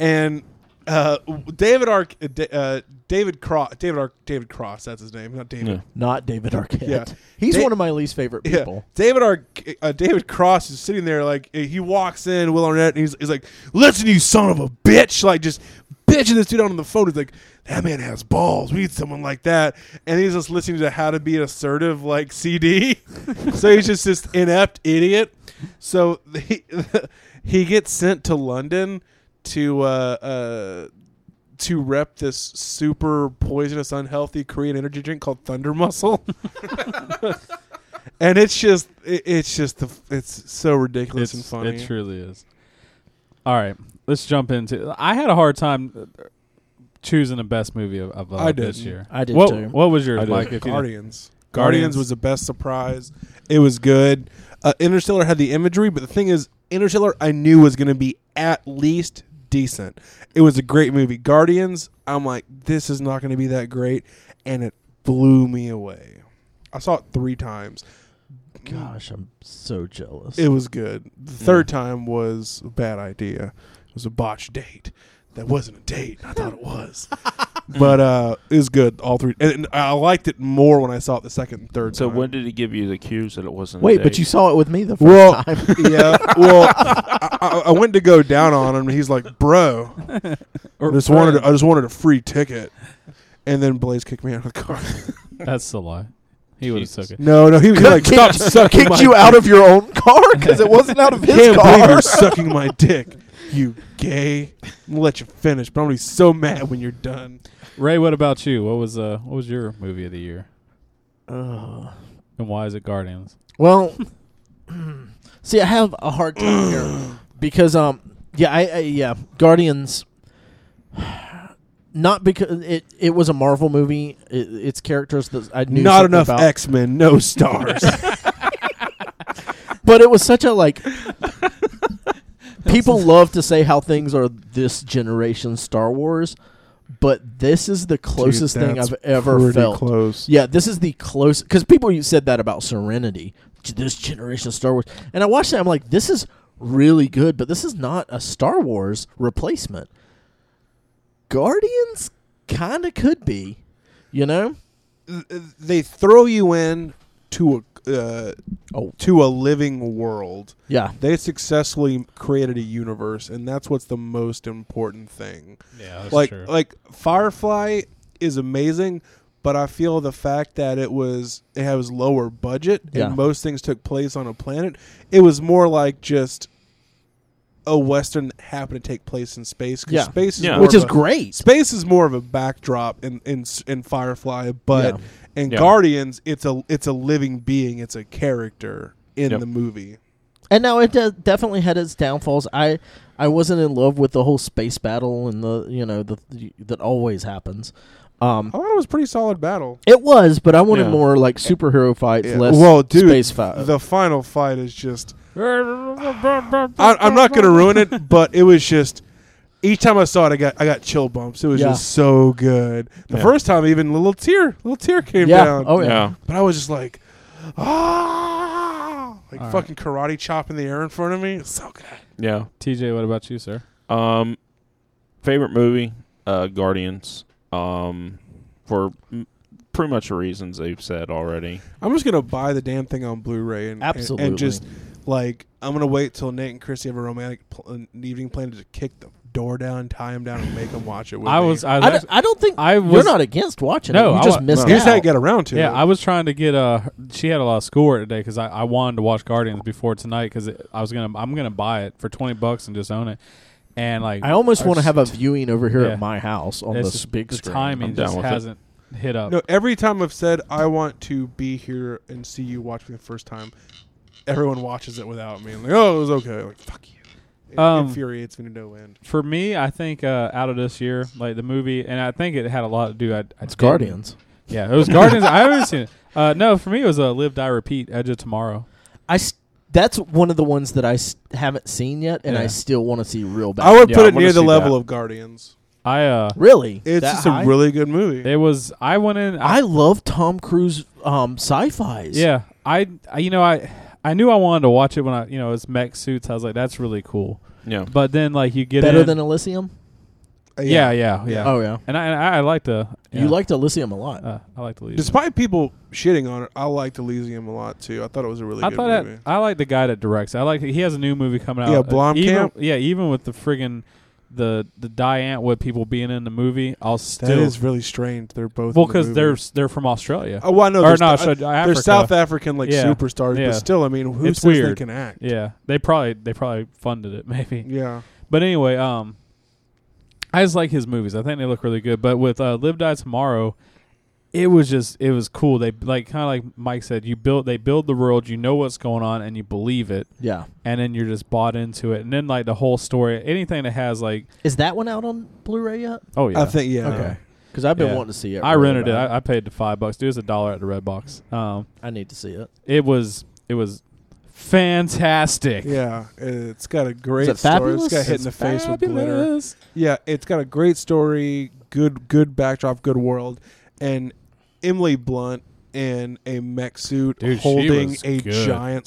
B: and. Uh, David Arc, uh, Da- uh, David Cross, David Arc, David Cross. That's his name, not David.
D: Yeah.
C: Not David Arquette.
B: Yeah.
C: He's
B: Da-
C: one of my least favorite people.
B: David Ar- uh, David Cross is sitting there like eh, he walks in Will Arnett and he's, he's like, "Listen, you son of a bitch!" Like just bitching this dude out on the phone. He's like, "That man has balls. We need someone like that." And he's just listening to How to Be Assertive like CD. so he's just this inept idiot. So he he gets sent to London to uh, uh, to rep this super poisonous, unhealthy Korean energy drink called Thunder Muscle. and it's just, it, it's just, the, it's so ridiculous and
A: It's-
B: funny.
A: It truly is. All right, let's jump into. I had a hard time uh, choosing the best movie of, of uh,
B: I
A: this
B: didn't.
A: year.
C: I did
A: what,
C: too.
A: What was yours,
D: I did.
A: Mike? if you-
B: Guardians. Guardians.
A: Guardians.
B: was the best surprise. It was good. Uh, Interstellar had the imagery, but the thing is, Interstellar I knew was going to be at least decent. It was a great movie. Guardians, I'm like, this is not going to be that great, and it blew me away. I saw it three times.
C: Gosh, I'm so jealous.
B: It was good. The third time was a bad idea. It was a botched date. That wasn't a date. I thought it was. but uh, it was good, all three. And, and I liked it more when I saw it the second and third
D: So
B: time.
D: when did he give you the cues that it wasn't? a
C: Wait, but
D: date?
C: you saw it with me the first
B: Well-
C: time.
B: yeah. Well, I, I- I went to go down on him, and he's like, "Bro, I
A: or-
B: just wanted I just wanted a free ticket." And then Blaze kicked me out of the car.
A: That's a lie. He would have took it.
B: No, no, he was like, "Stop sucking
C: Kicked
B: my
C: you out of your own car because it wasn't out of his
B: Can't believe
C: car.
B: you're sucking my dick, you gay." I'm gonna let you finish, but I'm gonna be so mad when you're done.
A: Ray, what about you? What was uh, what was your movie of the year,
C: Ugh.
A: and why is it Guardians?
C: Well, see, I have a hard time here because, um, yeah, I, I yeah, Guardians. Not because it it was a Marvel movie. It, it's characters that I knew
B: Not
C: something
B: enough
C: about.
B: X Men, no stars.
C: but it was such a like. people love to say how things are this generation Star Wars, but this is the closest
B: Dude,
C: thing
B: that's
C: I've ever
B: pretty
C: felt.
B: Close.
C: Yeah, this is the close because people you said that about Serenity, J- this generation of Star Wars, and I watched it. I'm like, this is really good, but this is not a Star Wars replacement. Guardians kind of could be, you know.
B: They throw you in to a uh,
C: Oh.
B: to a living world.
C: Yeah,
B: they successfully created a universe and that's what's the most important thing
A: Yeah,
B: like like firefly is amazing but i feel the fact that it was it has lower budget
C: Yeah.
B: and most things took place on a planet it was more like just a western happened to take place in space 'cause
C: Yeah.
B: space is
D: Yeah.
B: more
C: which
B: of
C: is
B: a-
C: great.
B: space is more of a backdrop in in, in firefly but
C: Yeah.
B: And
D: Yeah.
B: Guardians, it's a it's a living being, it's a character in
D: Yep.
B: the movie.
C: And now it de- definitely had its downfalls. I I wasn't in love with the whole space battle and the you know the that always happens. Um,
B: I thought it was a pretty solid battle.
C: it was, but I wanted
D: Yeah.
C: more like superhero fights, less
B: Well, dude,
C: space fight.
B: the final fight is just I, I'm not gonna ruin it, but it was just each time I saw it, I got I got chill bumps. It was
C: Yeah.
B: just so good. The
D: Yeah.
B: first time, even a little tear, little tear came
C: yeah.
B: down.
C: Oh yeah.
D: Yeah.
B: But I was just like, ah, like fucking karate chop in the air in front of me. It's so good.
D: Yeah.
A: TJ, what about you, sir?
D: Um, favorite movie, uh, Guardians. Um, for m- pretty much the reasons they've said already.
B: I'm just gonna buy the damn thing on Blu-ray and and- and,
C: Absolutely.
B: just like I'm gonna wait till Nate and Christy have a romantic pl- an evening plan to just kick the door down, tie him down, and make him watch it. With
A: I
B: me.
A: was, I was,
C: I,
A: actually-
C: don't, I don't think
A: I
C: you're
A: was-
C: not against watching
A: No,
C: it. You
A: I
C: just
A: wa-
C: missed
B: You just
C: out.
B: had to get around to
A: yeah,
B: it.
A: I was trying to get uh She had a lot of schoolwork today because I, I wanted to watch Guardians before tonight because I was gonna, I'm gonna buy it for twenty bucks and just own it. And like,
C: I almost
A: our
C: want to
A: s-
C: have a viewing over here
A: Yeah.
C: at my house on
A: it's
C: this
A: just-
C: big
A: the
C: screen.
A: timing
D: I'm down
A: just
D: with it.
A: hasn't hit up.
B: no, every time I've said I want to be here and see you watch me the first time, everyone watches it without me. And like, oh, it was okay. Like, fuck you. It
A: Um,
B: infuriates me to no end.
A: For me, I think uh, out of this year, like the movie, and I think it had a lot to do. I, I
C: It's
A: didn't-
C: Guardians.
A: Yeah, it was Guardians. I haven't seen it. Uh, no, for me, it was a Live, Die, Repeat, Edge of Tomorrow.
C: I s- that's one of the ones that I s- haven't seen yet, and
A: Yeah.
C: I still want to see real bad.
B: I would
D: Yeah,
B: put
D: I
B: it
D: wanna
B: near the
D: see
B: level
D: that.
B: of Guardians.
A: I uh,
C: really.
B: It's
C: That
B: just a
C: high?
B: really good movie.
A: it was I went in. I,
C: I love Tom Cruise um, sci-fi's.
A: yeah, I, I you know I I knew I wanted to watch it when I you know it's mech suits. I was like, that's really cool.
D: Yeah.
A: But then like you get
C: better
A: in-
C: than Elysium.
B: Uh,
A: yeah yeah yeah,
C: Oh yeah,
A: and I and I, I like the yeah,
C: you liked Elysium a lot.
A: uh, I like the lead.
B: Despite people shitting on it, I liked Elysium a lot too. I thought it was a really
A: I
B: good
A: thought
B: movie.
A: that, I like the guy that directs. I like he has a new movie coming out.
B: Yeah,
A: Uh,
B: Blomkamp.
A: Even, yeah, even with the friggin' the the Diane with people being in the movie, I'll still
B: that is really strange. They're both
A: well
B: in the
A: because
B: movie.
A: they're they're from Australia.
B: oh, well, I know
A: or
B: they're,
A: no,
B: sta-
A: so- uh,
B: they're
A: Africa.
B: South African like
A: Yeah.
B: superstars,
A: Yeah.
B: but still, I mean, who
A: It's
B: says they
A: weird.
B: can act?
A: Yeah, they probably they probably funded it maybe.
B: Yeah.
A: But anyway, um, I just like his movies. I think they look really good. But with uh, Live Die Tomorrow, it was just it was cool. They like kind of like Mike said, you build they build the world, you know what's going on, and you believe it,
C: yeah,
A: and then you're just bought into it. And then like the whole story, anything that has like
C: is that one out on Blu-ray yet?
A: oh yeah,
B: I think yeah.
C: Okay, because I've been
A: Yeah.
C: wanting to see it.
A: I
C: really
A: rented it.
C: bad.
A: I, I paid the five bucks. It was a dollar at the Red Box. Um,
C: I, need to see it.
A: it was it was fantastic.
B: Yeah, it's got a great
C: it
B: story. It's
C: fabulous?
B: got hit in
C: It's
B: the face with glitter.
A: Fabulous.
B: Yeah, it's got a great story, good good backdrop, good world, and Emily Blunt in a mech suit
A: Dude, she
B: holding
A: was
B: a
A: good.
B: giant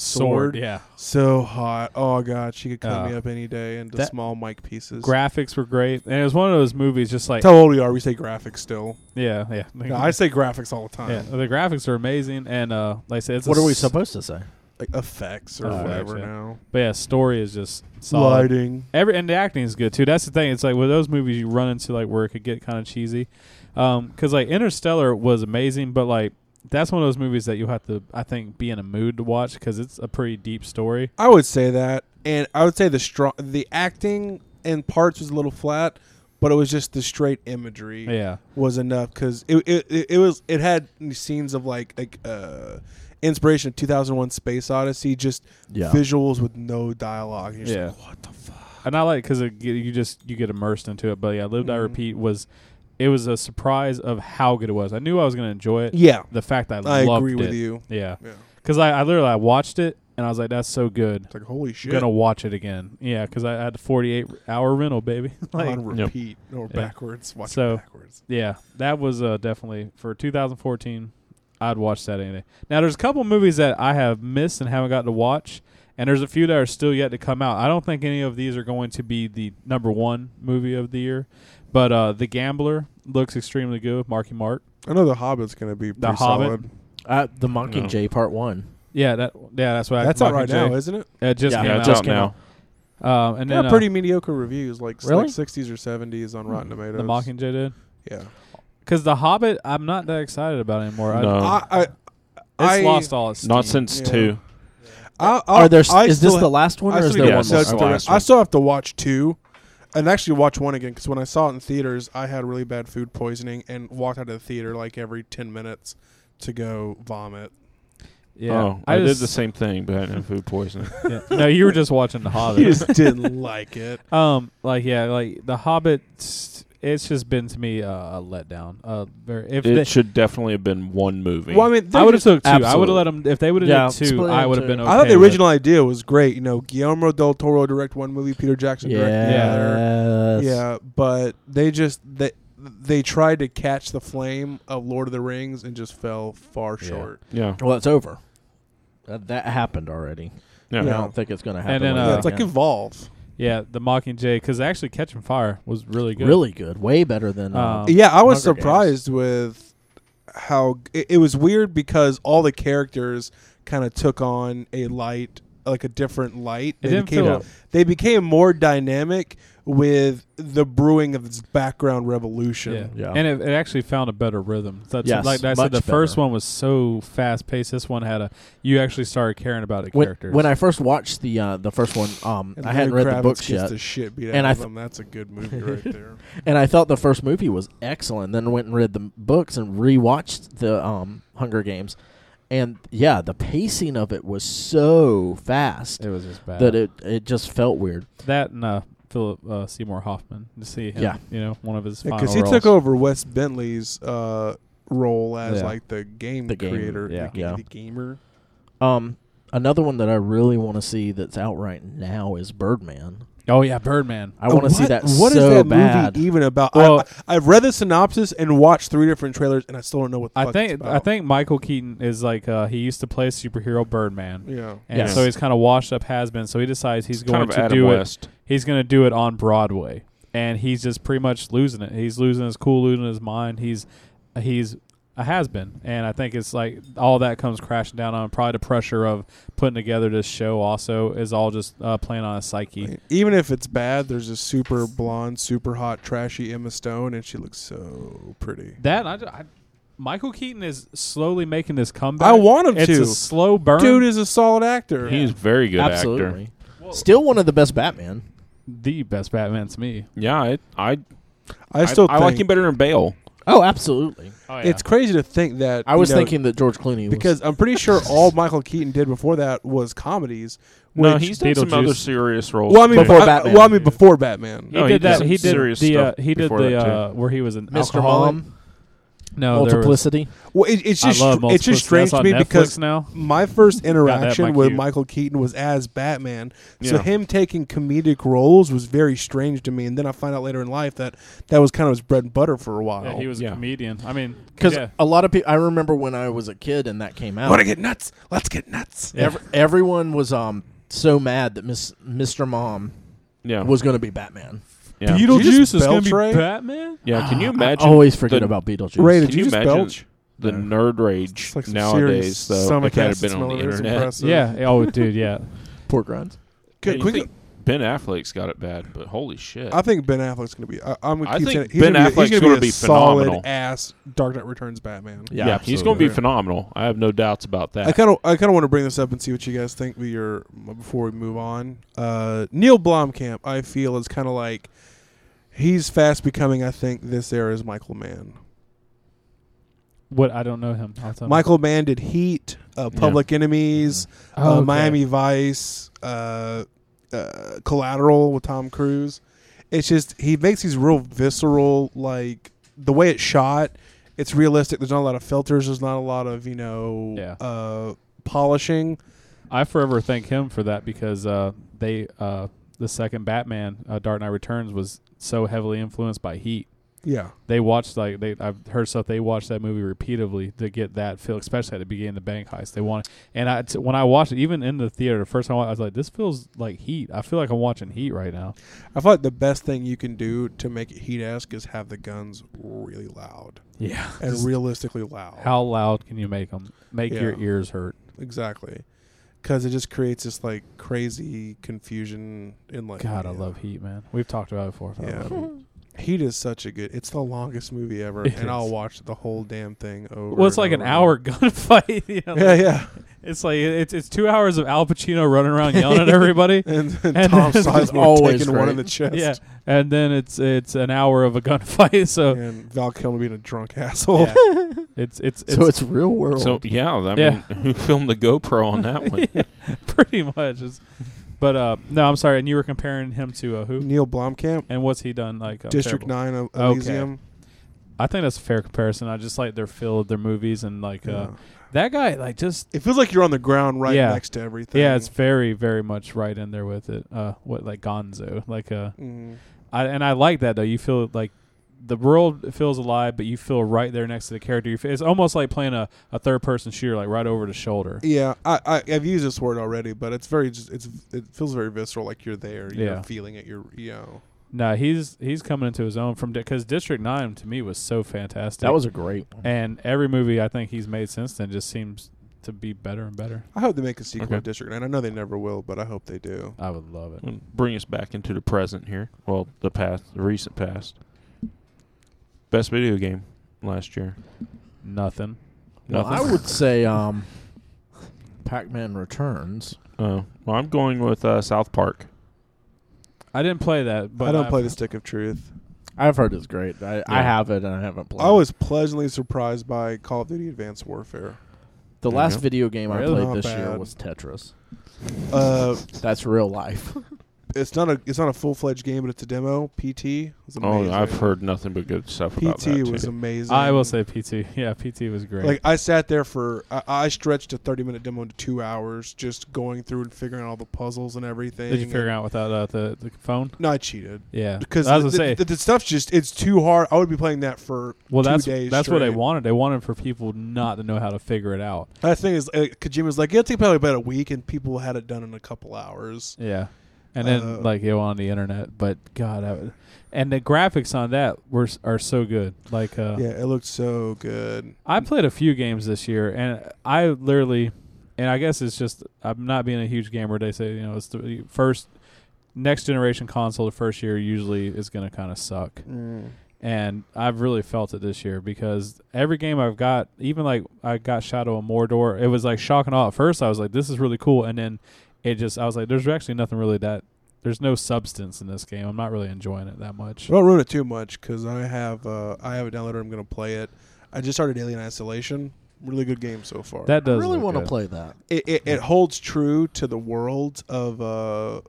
A: Sword.
B: sword.
A: Yeah.
B: So hot. Oh god, she could cut
A: Uh,
B: me up any day into
A: that-
B: small mic pieces.
A: Graphics were great, and it was one of those movies. Just like
B: That's how old we are. We say graphics still.
A: yeah, yeah.
B: No, I say graphics all the time.
A: Yeah, the graphics are amazing, and uh, like I said, it's a
C: What are we
A: s-
C: supposed to say?
B: Like effects or
A: Oh,
B: whatever
A: yeah.
B: now.
A: But yeah, story is just solid.
B: Lighting.
A: Every and the acting is good too. That's the thing. It's like with those movies, you run into like where it could get kind of cheesy, because like Interstellar was amazing, but like that's one of those movies that you have to, I think, be in a mood to watch because it's a pretty deep story.
B: I would say that, and I would say the strong the acting in parts was a little flat, but it was just the straight imagery
A: Yeah,
B: was enough because it, it it it was it had scenes of like like uh inspiration of 2001 Space Odyssey, just
C: Yeah.
B: visuals with no dialogue. You're just
A: Yeah.
B: like, what the fuck?
A: and I like because you just you get immersed into it. But yeah, Live Die
B: Mhm.
A: Repeat was it was a surprise of how good it was. I knew I was gonna enjoy it.
B: Yeah,
A: The fact that I,
B: I
A: loved
B: agree
A: it.
B: with you.
A: Yeah,
B: Yeah,
A: because I, I literally I watched it and I was like, that's so good.
B: it's like holy shit.
A: gonna watch it again. Yeah, because I had the 48 hour rental, baby. like,
B: on
D: Yep.
B: repeat or
A: Yeah.
B: backwards. Watch
A: So-
B: it backwards.
A: yeah, that was uh, definitely for 2014. I'd watch that any day. Now, there's a couple movies that I have missed and haven't got to watch, and there's a few that are still yet to come out. I don't think any of these are going to be the number one movie of the year, but uh, The Gambler looks extremely good with Marky Mark.
B: I know the Hobbit's gonna be pretty
A: Hobbit?
B: solid.
C: Uh, the Mockingjay Part One.
A: Yeah, that yeah, that's what
B: That's
A: I
B: out right now,
A: Mockingjay.
B: isn't it?
A: It just
C: Yeah,
A: came
D: yeah,
A: out.
D: it's
C: just
D: out
C: came
D: now.
C: out.
A: Um, and
B: Yeah,
A: then uh,
B: pretty mediocre reviews, like, s- like
C: Really?
B: 60s or 70s on Rotten Tomatoes.
A: the Mockingjay did
B: Yeah,
A: because The Hobbit. I'm not that excited about anymore. I-
D: No.
B: I, I,
A: Oh. it's
B: I,
A: lost all its.
D: Not
A: steam.
D: since
B: Yeah.
D: two.
B: I, I,
C: Are there? s-
B: Uh, I
C: Is this
B: still
C: the last one,
B: I
C: or is
B: still
C: there
B: need
D: yeah,
C: one
B: to-
D: so
C: more?
D: it's the
B: I
D: last
B: still- I still have to watch two, and actually watch one again because when I saw it in theaters, I had really bad food poisoning and walked out of the theater like every ten minutes to go vomit.
A: Yeah,
D: Oh, I, did
A: just-
D: the same thing, but I had food poisoning.
A: yeah. No, you were just watching The
B: He
A: Hobbit.
B: just didn't like it.
A: um, like yeah, like The Hobbit. It's just been to me uh, a letdown. Uh, very, if
D: it
A: they,
D: should definitely have been one movie.
B: Well, I mean, they
A: I would have took
B: just-
A: two. I would
D: Absolutely.
A: have let them. If they would have
C: Yeah,
A: done two,
C: split it
A: I
C: up
A: would
C: too.
A: have been. Okay
B: I thought the
A: with it.
B: original idea was great. You know, Guillermo del Toro direct one movie, Peter Jackson direct another. Yeah, but they just they they tried to catch the flame of Lord of the Rings and just fell far
A: Yeah.
B: short.
D: yeah,
C: Well, it's over. That, that happened already.
D: yeah.
C: I
B: Yeah.
C: don't think it's going to happen.
A: then,
C: like
A: uh,
B: yeah,
C: that
B: it's like
C: again.
B: evolve.
A: Yeah, the Mockingjay because actually Catching Fire was really good.
C: really good, way better than. Uh,
A: Um,
B: Yeah, I was
C: Hunger Games.
B: surprised with how it, it was weird because all the characters kind of took on a light, like a different light.
A: It
B: They
A: didn't
B: became
A: feel-
B: they became more dynamic with the brewing of this background revolution.
A: Yeah.
C: Yeah.
A: and it, it actually found a better rhythm. That's
C: Yes,
A: like I said,
C: much
A: the first
C: better.
A: one was so fast paced. This one had a you actually started caring about the
C: when,
A: characters.
C: when I first watched the uh, the first one, um,
B: And
C: I hadn't
B: Lenny
C: read the
B: Kravitz
C: books
B: gets
C: yet,
B: The shit beat out
C: And I
B: of
C: th-
B: him. That's a good movie right there.
C: and I thought the first movie was excellent. Then went and read the books and rewatched the um, Hunger Games, and yeah, the pacing of it was so fast
A: it was just bad.
C: that it it just felt weird.
A: that and uh, Philip uh, Seymour Hoffman to see him.
C: Yeah.
A: you know one of his final
B: Because he
A: roles.
B: took over Wes Bentley's uh, role as
A: Yeah.
B: like the game
C: The game,
B: creator,
A: yeah.
B: the, ga-
C: Yeah.
B: the gamer.
C: Um, another one that I really want to see that's out right now is Birdman.
A: Oh yeah, Birdman.
C: I want to see
B: What-
C: that
B: What is
C: so
B: that
C: bad.
B: movie even about?
A: Well-
B: I, have read the synopsis and watched three different trailers, and I still don't know what. The
A: I
B: fuck it's
A: think
B: about.
A: I think Michael Keaton is like uh, he used to play superhero Birdman,
B: Yeah.
A: and
C: Yes.
A: so he's kind of washed up, has been. So he decides he's
D: It's
A: going
D: kind of
A: to
D: Adam
A: do it.
D: West.
A: he's going to do it on Broadway, and he's just pretty much losing it. He's losing his cool, losing his mind. He's he's a has been, and I think it's like all that comes crashing down on him. probably the pressure of putting together this show. Also, is all just uh, playing on his psyche.
B: Even if it's bad, there's a super blonde, super hot, trashy Emma Stone, and she looks so pretty.
A: That I, ju- I- Michael Keaton is slowly making this comeback.
B: I want him
A: it's
B: to.
A: a slow burn.
B: Dude is a solid actor.
D: He's a very good actor.
C: Absolutely, still one of the best Batman.
A: the best Batman to me.
D: Yeah, I I
B: I still
D: I,
B: think
D: like him better than Bale.
C: Oh, absolutely.
A: Oh,
B: It's crazy to think that
C: I was
B: you know,
C: thinking that George Clooney was
B: because I'm pretty sure all Michael Keaton did before that was comedies.
D: No,
B: which-
D: he's done some
A: Beetlejuice.
D: other serious roles.
B: well, I mean,
C: Before
B: I-
C: Batman.
B: well, I mean, before Batman.
A: he
D: No, he
A: did
D: did
A: that.
D: some
A: He did
D: serious
A: the uh,
D: stuff
A: he did
D: before
A: the
D: that, too.
A: uh, where he was an
C: Mr.
A: alcoholic.
C: Mom,
D: Oh,
A: No, there was,
C: Multiplicity.
B: Well, it, it's
A: I
B: just
A: love
B: it's just
A: Multiplicity.
B: strange
A: That's
B: to me
A: on
B: because
A: Netflix now.
B: my first interaction
A: Mike
B: with
A: Hugh.
B: Michael Keaton was as Batman, so
D: Yeah.
B: him taking comedic roles was very strange to me. And then I find out later in life that that was kind of his bread and butter for a while.
A: Yeah, he was
D: Yeah.
A: a comedian. I mean,
C: Because
A: yeah.
C: a lot of people, I remember when I was a kid and that came out.
B: Want to get nuts? Let's get nuts.
A: Yeah.
C: Ev- everyone was um so mad that Miss Mr. Mom
D: yeah,
C: was going to be Batman.
D: yeah.
B: Did you just belch, Ray?
A: Batman.
D: yeah.
B: Ah,
D: Can you imagine?
C: I always forget
D: the-
C: about Beetlejuice.
B: Ray,
D: Can
B: did you,
D: you
B: just
D: imagine
B: belch?
D: the nerd rage
B: It's like some
D: nowadays?
B: serious
D: Though
B: stomach
D: if that had
B: acid
D: been on
B: smell
D: the
B: there. It's
D: internet,
B: impressive.
A: Yeah. Oh, dude. Yeah.
C: poor Grimes.
D: Yeah,
B: Can-
D: you
B: can we
D: think Ben Affleck's got it bad, but holy shit!
B: I think Ben Affleck's going to be. I, I'm going
D: I
B: to keep
D: think
B: saying it. he's
D: Ben
B: gonna
D: Affleck's
B: be, he's
D: gonna
B: be,
D: be
B: a solid
D: phenomenal.
B: ass Dark Knight Returns Batman.
D: yeah, he's going to be phenomenal. I have no doubts about that.
B: I kind of I kind of want to bring this up and see what you guys think. With your before we move on, uh, Neil Blomkamp, I feel is kind of like he's fast becoming. I think this era is Michael Mann.
A: What? I don't know him. I'll tell him.
B: Michael Mann did Heat, uh,
D: Yeah.
B: Public Enemies,
A: Oh,
B: uh,
A: okay.
B: Miami Vice, uh, uh, Collateral with Tom Cruise. It's just he makes these real visceral, like the way it's shot. It's realistic. There's not a lot of filters. There's not a lot of you know
A: Yeah.
B: uh, polishing.
A: I forever thank him for that because uh, they uh, the second Batman, uh, Dark Knight Returns, was so heavily influenced by Heat.
B: Yeah.
A: They watched like they I've heard stuff. They watched that movie repeatedly to get that feel, especially at the beginning of the bank heist. They want and I t- when I watched it, even in the theater, the first time I, watched, it, I was like, "This feels like Heat." I feel like I'm watching Heat right now.
B: I feel like the best thing you can do to make it heat esque is have the guns really loud
A: Yeah.
B: and realistically loud.
A: How loud can you make them? Make your
B: Yeah.
A: ears hurt.
B: exactly? Because it just creates this like crazy confusion in like.
A: God, I
B: yeah.
A: love Heat, man. We've talked about it before. but I
B: Yeah.
A: love Heat.
B: Heat is such a good. It's the longest movie ever,
A: It
B: and
A: is.
B: I'll watch the whole damn thing over.
A: Well, it's
B: and
A: like an
B: over.
A: hour gunfight. you know,
B: Yeah,
A: like-
B: yeah.
A: It's like it's it's two hours of Al Pacino running around yelling at everybody.
B: and, and,
A: And
B: Tom
A: this is
B: Sizemore
C: always
B: taking one
C: great.
B: in the chest.
A: Yeah, and then it's it's an hour of a gunfight. So
B: and Val Kilmer being a drunk asshole.
A: yeah. it's it's it's,
C: so it's real world.
D: So yeah, I
A: Yeah.
D: mean, who filmed the GoPro on that one?
A: pretty much. It's, but uh, no, I'm sorry. And you were comparing him to uh, who?
B: Neil Blomkamp,
A: And what's he done? Like uh,
B: District
A: terrible?
B: Nine, El-
A: Okay.
B: Elysium.
A: I think that's a fair comparison. I just like their feel of their movies and like uh,
B: Yeah.
A: that guy. Like just
B: It feels like you're on the ground right
A: Yeah.
B: next to everything.
A: yeah, it's very very much right in there with it. Uh, what like Gonzo? Like uh,
B: Mm.
A: I and I like that though. You feel like the world feels alive, but you feel right there next to the character. You feel, it's almost like playing a, a third person shooter, like right over the shoulder.
B: Yeah, I, I I've used this word already, but it's very just it's it feels very visceral, like you're there, you're
A: Yeah.
B: feeling it, you're you know.
A: No, he's he's coming into his own from because District Nine to me was so fantastic.
C: that was a great one.
A: and every movie I think he's made since then just seems to be better and better.
B: I hope they make a sequel
D: Okay.
B: of District Nine. I know they never will, but I hope they do.
A: I would love
D: Mm.
A: it.
D: Bring us back into the present here. Well, the past, the recent past. Best video game last year.
A: Nothing.
C: Well, I
D: Nothing.
C: would say um, Pac-Man Returns.
D: Oh, well, I'm going with uh, South Park.
A: I didn't play that, but
B: I don't
A: I've-
B: play the Stick of Truth.
C: I've heard it's great. I, I
D: Yeah.
C: have it and I haven't played.
B: I was pleasantly surprised by Call of Duty: Advanced Warfare.
C: it. the
D: There you
C: last
D: go.
C: video game I
A: Really
C: played
B: not
C: this year
B: bad.
C: was Tetris.
B: Uh,
C: That's real life.
B: it's not a it's not a full fledged game, but it's a demo. PT was amazing.
D: Oh, I've heard nothing but good stuff about that.
B: PT was
D: too.
B: amazing.
A: I will say PT. Yeah, PT was great.
B: Like I sat there for I, I stretched a thirty minute demo into two hours, just going through and figuring out all the puzzles and everything.
A: Did you figure out without uh, the the phone?
B: No, I cheated
A: Yeah,
B: because
A: I was
B: the,
A: gonna say.
B: the, the stuff's just it's too hard. I would be playing that for
A: well,
B: two
A: that's
B: days
A: that's what I
B: straight.
A: wanted. They wanted for people not to know how to figure it out.
B: That thing is, uh, Kojima's like, it'll take probably about a week, and people had it done in a couple hours.
A: Yeah, and then
B: Uh,
A: like you on the internet. But God, I would, and the graphics on that were s- are so good. Like uh,
B: Yeah, it looked so good.
A: I played a few games this year, and I literally, and I guess it's just I'm not being a huge gamer. They say you know it's the first next generation console. The first year usually is going to kind of suck, and I've really felt it this year because every game I've got, even like I got Shadow of Mordor, it was like shock and awe at first. I was like, this is really cool, and then it just I was like, there's actually nothing really that. There's no substance in this game. I'm not really enjoying it that much.
B: Don't ruin it too much because I have uh, I have it downloaded. I'm gonna play it. I just started Alien Isolation. Really good game so far.
A: That
C: I
A: does
C: really
A: want to
C: play that.
B: it, it, it holds true to the world of uh,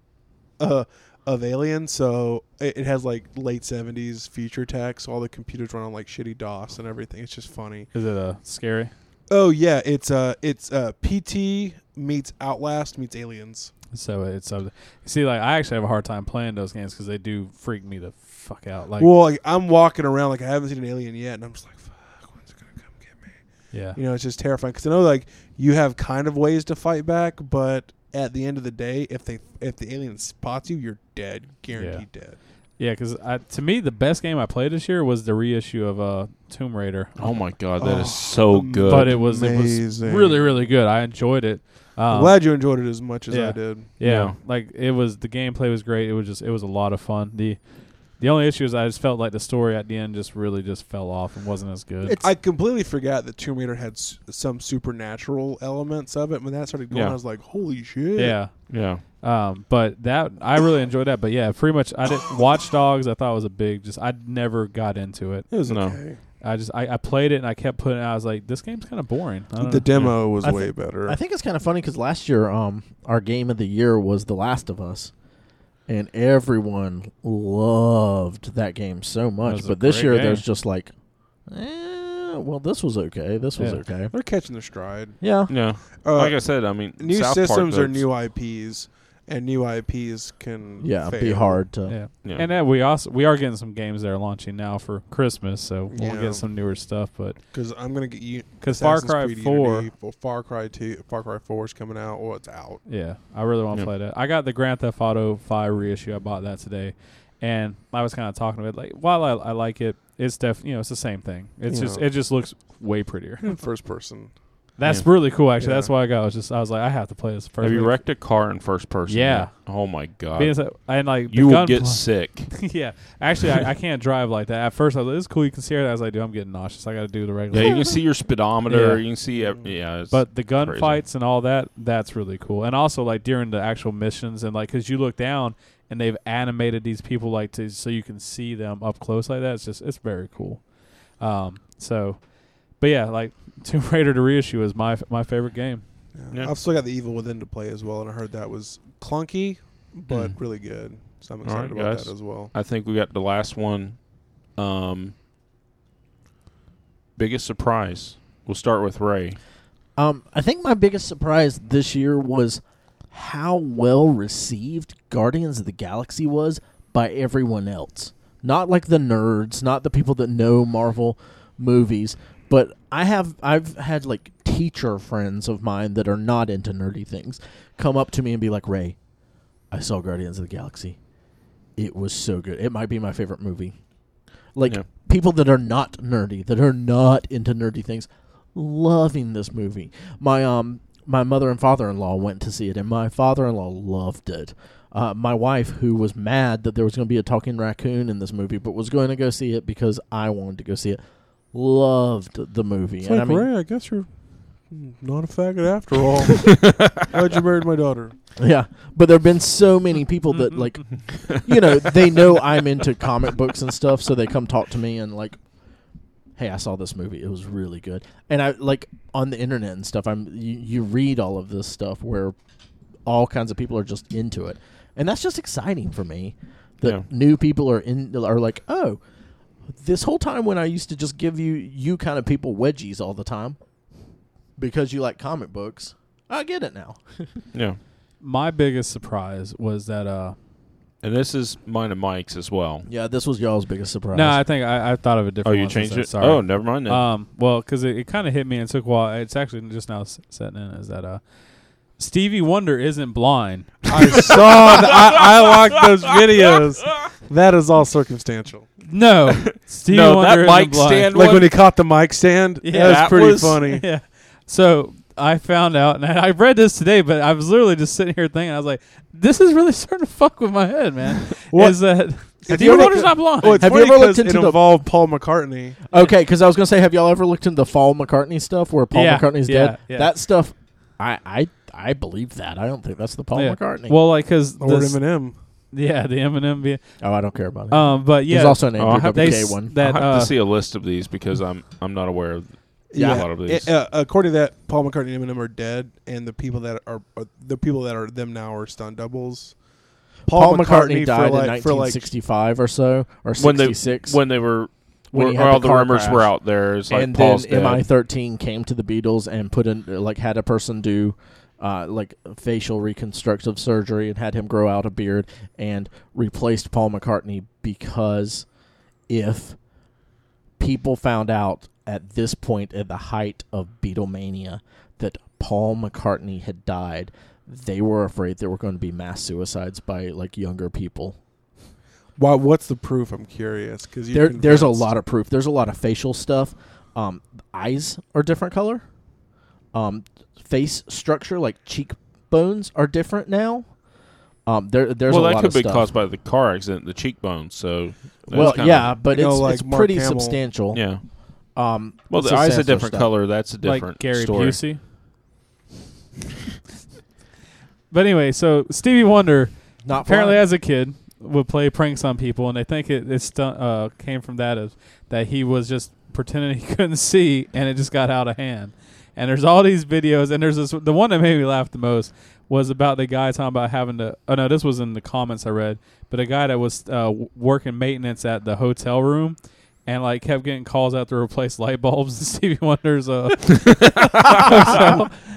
B: uh of Alien. So it, it has like late '70s feature tech. So all the computers run on like shitty DOS and everything. It's just funny.
A: Is it uh, scary?
B: Oh yeah, it's uh it's uh PT meets Outlast meets Aliens.
A: So it's uh, see, like I actually have a hard time playing those games because they do freak me the fuck out. Like,
B: well, like, I'm walking around like I haven't seen an alien yet, and I'm just like, fuck, when's it gonna come get me?
A: yeah,
B: You know, it's just terrifying because I know like you have kind of ways to fight back, but at the end of the day, if they if the alien spots you, you're dead, guaranteed dead.
A: yeah. Because to me, the best game I played this year was the reissue of uh, Tomb Raider,
D: Oh my god, that is
B: Oh,
D: so
B: um,
D: good.
A: but it was it
B: Amazing.
A: was really really good. I enjoyed it.
B: I'm
A: Um,
B: glad you enjoyed it as much as
A: yeah.
B: I did.
A: yeah,
D: Yeah.
A: like it was the gameplay was great. It was just it was a lot of fun. The the only issue is I just felt like the story at the end just really just fell off and wasn't as good.
C: It's
B: I completely forgot that Tomb Raider had s- some supernatural elements of it. When that started going,
D: Yeah.
B: I was like, holy shit!
A: yeah.
D: yeah,
A: Um, but that I really enjoyed that. But yeah, pretty much I did Watch Dogs. I thought was a big just I never got into it.
B: it was
D: No.
B: okay.
A: I just I, I played it and I kept putting it out. I was like, this game's kind of boring. I don't
B: The
A: know.
B: demo was
C: I thi-
B: way better.
C: I think it's kind of funny because last year, um, our game of the year was The Last of Us, and everyone loved that game so
A: That
C: much.
A: was a
C: But this
A: great
C: year,
A: game.
C: there's just like, eh, well, this was okay. This was
A: Yeah.
C: okay.
B: They're catching their stride.
C: Yeah,
D: yeah.
B: Uh,
D: like I said, I mean,
B: new
D: South Park,
B: systems are
D: that's-
B: new IPs, and new IPs can
C: yeah, it'd be
B: fail.
C: hard to.
A: yeah.
D: Yeah.
A: And then we also we are getting some games that are launching now for Christmas, so we'll
B: Yeah.
A: get some newer stuff. But
B: because I'm gonna get you
A: because Far
B: Assassin's
A: Cry
B: Creed
A: Four,
B: Unity, well, Far Cry Two, Far Cry Four is coming out. Well, it's out.
A: yeah, I really want to
D: Yeah.
A: play that. I got the Grand Theft Auto Five reissue. I bought that today, and I was kind of talking about it. Like while I, I like it, it's def you know it's the same thing. It's just
B: Yeah. Hmm.
A: it just looks way prettier.
B: First person.
A: That's
D: Yeah.
A: really cool. Actually,
B: Yeah.
A: that's why I got. I was just I was like, I have to play this first.
D: Have you
A: week.
D: wrecked a car in first person?
A: Yeah.
D: Oh my god.
A: Being so- and like the
D: you will
A: gun
D: get
A: pl-
D: sick.
A: yeah, actually, I, I can't drive like that. At first, I was like, "This is cool. You can see it." I was like, "Dude, I'm getting nauseous. I got to do the regular."
D: Yeah, you can see your speedometer.
A: Yeah.
D: You can see. ev- Yeah. It's,
A: But the gun
D: crazy.
A: fights and all that, that's really cool. And also like during the actual missions and like cuz you look down and they've animated these people like to so you can see them up close like that. It's just it's very cool. Um so but yeah, like Tomb Raider to reissue is my my favorite game.
D: Yeah.
B: I've still got the Evil Within to play as well, and I heard that was clunky but
D: Mm.
B: really good. So I'm
D: All right,
B: excited about
D: guys.
B: that as well.
D: I think we got the last one. Um, biggest surprise. We'll start with Ray.
C: Um, I think my biggest surprise this year was how well received Guardians of the Galaxy was by everyone else. Not like the nerds, not the people that know Marvel movies, but I have I've had like teacher friends of mine that are not into nerdy things come up to me and be like, "Ray, I saw Guardians of the Galaxy. It was so good. It might be my favorite movie." Like
D: Yeah.
C: people that are not nerdy, that are not into nerdy things, loving this movie. My um my mother and father in law went to see it, and my father in law loved it. Uh, my wife, who was mad that there was going to be a talking raccoon in this movie, but was going to go see it because I wanted to go see it, loved the movie.
B: It's
C: and
B: like,
C: I mean,
B: Ray, I guess you're hmm, not a faggot after all. Glad you married my daughter.
C: Yeah, but there have been so many people that like, you know, they know I'm into comic books and stuff, so they come talk to me and like, hey, I saw this movie. It was really good. And I like on the internet and stuff. I'm you, you read all of this stuff where all kinds of people are just into it, and that's just exciting for me. That
D: Yeah.
C: new people are in are like, oh, this whole time when I used to just give you you kind of people wedgies all the time because you like comic books. I get it now.
D: Yeah.
A: My biggest surprise was that uh
D: And this is mine and Mike's as well.
C: Yeah, this was y'all's biggest surprise.
A: no, I think I, I thought of a
D: Oh,
A: different
D: you
A: one since
D: changed
A: then.
D: it.
A: Sorry.
D: Oh, never mind. Then.
A: Um, well, because it, it kind of hit me and it took a while. It's actually just now s- setting in. Is that uh, Stevie Wonder isn't blind?
B: I saw that. I, I like those videos. That is all circumstantial.
A: No, Stevie
D: No,
A: Wonder
D: that
A: isn't
D: mic
A: blind.
D: stand-
B: Like
D: What?
B: when he caught the mic stand.
A: Yeah,
B: that was
D: that
B: pretty
D: was-
B: funny.
A: yeah. So I found out, and I I read this today, but I was literally just sitting here thinking. I was like, "This is really starting to fuck with my head, man."
B: What-
A: is that?
B: you
A: Stevie
B: ever-
A: Wonder's not blind.
D: Oh,
B: Well, it's
C: Have you
B: funny
C: ever
B: 'cause
C: looked into
B: it
C: the-
B: involved Paul McCartney?
C: Okay, because I was gonna say, have y'all ever looked into the Paul McCartney stuff where Paul
A: Yeah,
C: McCartney's
A: yeah,
C: dead?
A: yeah.
C: That stuff, I, I I believe that. I don't think that's the Paul
A: Yeah.
C: McCartney.
A: well, like because
B: Or Eminem?
A: yeah, the Eminem. Being,
C: oh, I don't care about it.
A: um, but yeah,
C: There's also an
D: Oh, I
C: Andrew
D: have-
A: they
C: WK
A: s-
C: one.
D: I
A: that
D: have
A: uh,
D: to see a list of these because I'm I'm not aware of
B: Yeah.
D: a lot of these.
B: It, uh, according to that, Paul McCartney and Eminem are dead, and the people that are, are the people that are them now are stunt doubles.
C: Paul, McCartney,
B: for
C: died in
B: like- for like
C: 1965 or so, or
D: when they
C: 66,
D: when they were
C: when he
D: were-
C: had
D: all the,
C: the car
D: rumors
C: crash.
D: were out there. It's like
C: and then
D: Paul's dead.
C: MI13 came to the Beatles and put in like had a person do. Uh, like facial reconstructive surgery and had him grow out a beard and replaced Paul McCartney because if people found out at this point at the height of Beatlemania that Paul McCartney had died, they were afraid there were going to be mass suicides by like younger people.
B: Why, what's the proof? I'm curious because
C: There, there's a lot of proof. There's a lot of facial stuff. Um, eyes are different color. Um, face structure, like cheekbones, are different now. Um, there, there's
D: well,
C: a
D: that
C: lot
D: could
C: of
D: be
C: stuff.
D: caused by the car accident, the cheekbones. So that's
C: well,
D: kinda-
C: yeah, but
B: You know,
C: it's,
B: like
C: it's
B: Mark
C: pretty
B: Hamill.
C: substantial.
D: yeah.
C: Um,
D: Well, the eye's a
C: substantial
D: different
C: stuff.
D: color. That's a different
A: like Gary
D: story.
A: Busey. but anyway, so Stevie Wonder
C: Not
A: apparently
C: fine.
A: as a kid would play pranks on people, and they think it, it stu- uh, came from that is that he was just pretending he couldn't see, and it just got out of hand. And there's all these videos, and there's this the one that made me laugh the most was about the guy talking about having to. Oh no, this was in the comments I read, but a guy that was uh, w- working maintenance at the hotel room. And like kept getting calls out to replace light bulbs. And Stevie Wonder's uh, so,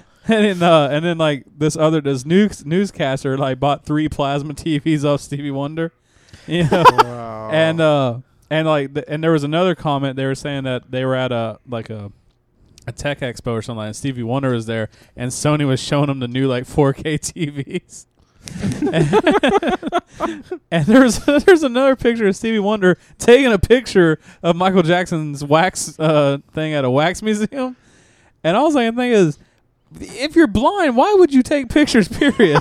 A: and then uh, and then like this other this news newscaster like bought three plasma TVs off Stevie Wonder, you know,
B: wow.
A: and uh and like th- and there was another comment they were saying that they were at a like a a tech expo or something, and Stevie Wonder was there, and Sony was showing them the new like 4K TVs. and there's there's another picture of Stevie Wonder taking a picture of Michael Jackson's wax uh, thing at a wax museum, And all I can think is, if you're blind, why would you take pictures? Period.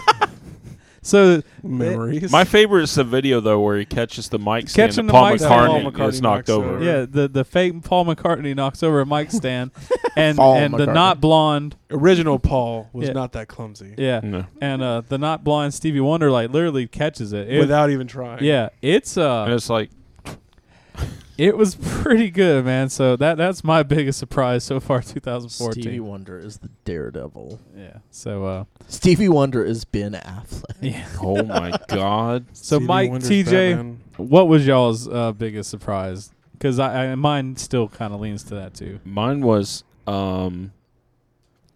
A: so
B: Memories.
D: My favorite is the video though where he catches the mic stand
A: Catching
D: that
A: the
D: Paul,
A: mic stand.
D: McCartney
B: Paul
D: gets knocked
B: McCartney knocks
D: over.
B: over.
A: yeah, the the fake Paul McCartney knocks over a mic stand, and
C: Paul
A: and the
C: McCartney.
A: not blonde,
B: original Paul was
A: Yeah.
B: not that clumsy
A: yeah,
D: No.
A: and uh, the not blonde Stevie Wonder like literally catches it. It-
B: without even trying.
A: yeah, it's
D: And
A: uh,
D: it's like
A: it was pretty good, man. So that that's my biggest surprise so far,
C: Stevie
A: 2014.
C: Wonder is the daredevil.
A: Yeah. So uh,
C: Stevie Wonder is Ben Affleck.
A: yeah.
D: Oh my god.
A: So
B: Stevie
A: Mike,
B: Wonder's
A: TJ,
B: Batman.
A: what was y'all's uh, biggest surprise? Because I, I mine still kind of leans to that too.
D: Mine was um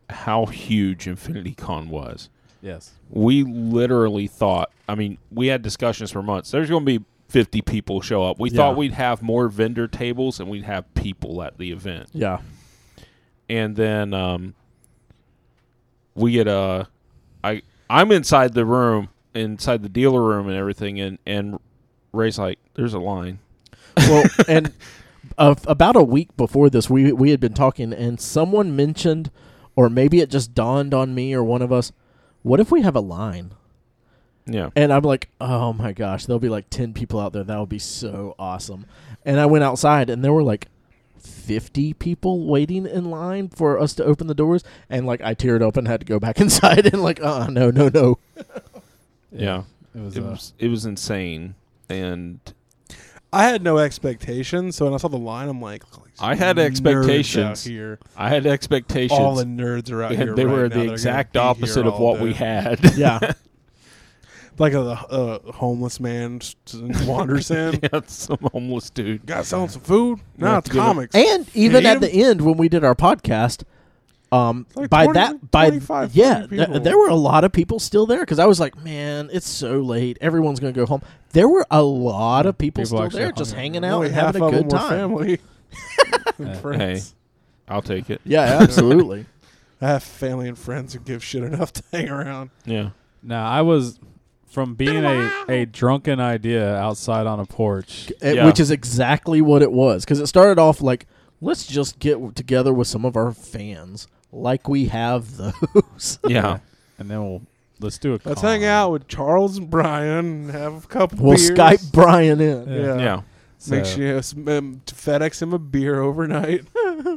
D: how huge Infinity Con was.
A: Yes.
D: We literally thought, I mean, we had discussions for months. There's going to be 50 people show up. We
C: Yeah.
D: thought we'd have more vendor tables and we'd have people at the event.
C: Yeah.
D: and then um, we get uh, I I'm inside the room, inside the dealer room, and everything, and and Ray's like, "There's a line."
C: Well, and uh, about a week before this, we we had been talking, and someone mentioned, or maybe it just dawned on me or one of us, what if we have a line?
D: Yeah,
C: And I'm like, oh my gosh, there'll be like ten people out there. That would be so awesome. And I went outside, and there were like. 50 people waiting in line for us to open the doors and like I teared up and had to go back inside and like uh uh no no no
D: yeah,
A: It was.
D: it
A: uh,
D: was it was insane, and
B: I had no expectations, so when I saw the line, I'm like, "Look, like
D: I had
B: nerds out
D: expectations.
B: here.
D: I had expectations.
B: All the nerds are out
D: and
B: here.
D: they
B: right
D: were the
B: now. They're gonna
D: exact
B: be here
D: opposite of
B: all
D: what we
B: day.
D: had.
C: yeah
B: Like a, a homeless man just wanders in.
D: yeah, some homeless dude.
B: Got selling some food. No,
D: Yeah,
B: it's
D: give it-
B: comics.
C: And even
B: eat
C: at
B: 'em?
C: the end when we did our podcast, um,
B: Like
C: by
B: 20,
C: that by
B: 25,
C: yeah,
B: 40
C: th-
B: people.
C: there were a lot of people still there because I was like, man, it's so late, everyone's gonna go home. There were a lot of people,
A: People
C: still
A: actually
C: there,
A: hung
C: just
A: out.
C: hanging out
B: Only
C: and
B: half
C: having a
B: of
C: good
B: them were
C: time.
B: family. and
A: Uh,
D: Hey,
B: friends.
D: I'll take it.
C: Yeah, absolutely.
B: I have family and friends who give shit enough to hang around.
D: Yeah,
A: now I was from being a, a drunken idea outside on a porch.
C: It-
D: Yeah.
C: Which is exactly what it was because it started off like, let's just get w- together with some of our fans, like we have those.
D: yeah.
A: And then we'll let's do a.
B: Let's
A: con.
B: hang out with Charles and Brian and have a couple
C: we'll
B: beers.
C: Skype Brian in.
A: Yeah.
B: Yeah.
D: yeah.
A: So,
B: Make sure you have some, um, to FedEx him a beer overnight.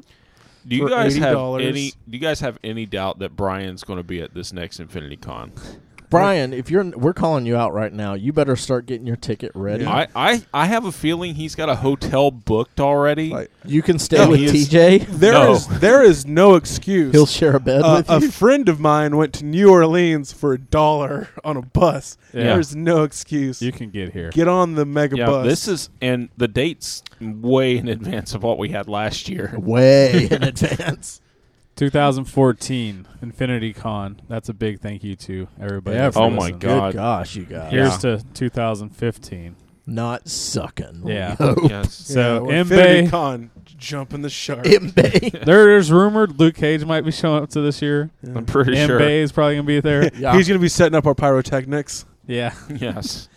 D: Do you
B: for
D: guys have
B: $80.
D: any? Do you guys have any doubt that Brian's going to be at this next Infinity Con?
C: Brian, if you're, we're calling you out right now. You better start getting your ticket ready.
B: Yeah.
D: I, I, I have a feeling he's got a hotel booked already.
B: Like,
C: You can stay
D: No,
C: with
D: he is-
C: TJ.
B: there
D: No.
B: is- there is no excuse.
C: He'll share a bed
B: Uh,
C: with
B: a
C: you.
B: friend of mine went to New Orleans for a dollar on a bus.
A: Yeah.
B: There's no excuse.
A: you can get here.
B: Get on the mega
D: yeah,
B: bus.
D: this is and the dates way in advance of what we had last year.
C: Way in advance.
A: 2014 Infinity Con. That's a big thank you to everybody.
C: Yeah,
A: that's
D: oh my
A: listened.
D: God.
C: Good gosh, you guys.
A: Here's
D: Yeah.
A: to 2015.
C: Not sucking.
A: Yeah.
C: We hope.
D: yes.
A: So
B: yeah,
A: Mbe,
B: Con jumping the shark.
C: Imbe.
A: there's rumored Luke Cage might be showing up to this year.
D: I'm pretty
A: And
D: sure.
A: Bay is probably gonna be there.
C: Yeah.
B: He's gonna be setting up our pyrotechnics.
A: yeah,
D: Yes.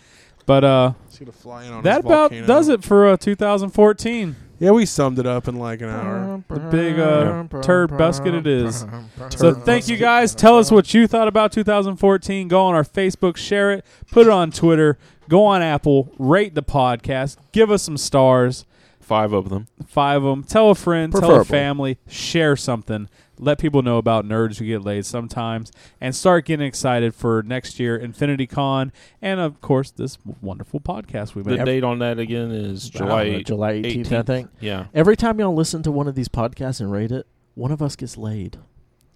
A: but uh,
B: He's gonna fly in on
A: that
B: his
A: about
B: volcano.
A: does it for uh, 2014.
B: Yeah, we summed it up in like an
D: Um,
B: hour.
A: The big uh, turd basket it is. So
B: Turd
A: thank you
B: basket.
A: guys. Tell us what you thought about 2014. Go on our Facebook, share it, put it on Twitter, go on Apple, rate the podcast, give us some stars,
D: Five of them.
A: five of them. Tell a friend, tell a
C: Preferable.
A: family, share something. Let people know about nerds who get laid sometimes, and start getting excited for next year, Infinity Con, and of course this wonderful podcast we
D: The
A: made.
D: date on that again is
C: I don't know,
D: July.
C: July 18th, I
D: 18th.
C: think.
D: Yeah.
C: Every time y'all listen to one of these podcasts and rate it, one of us gets laid.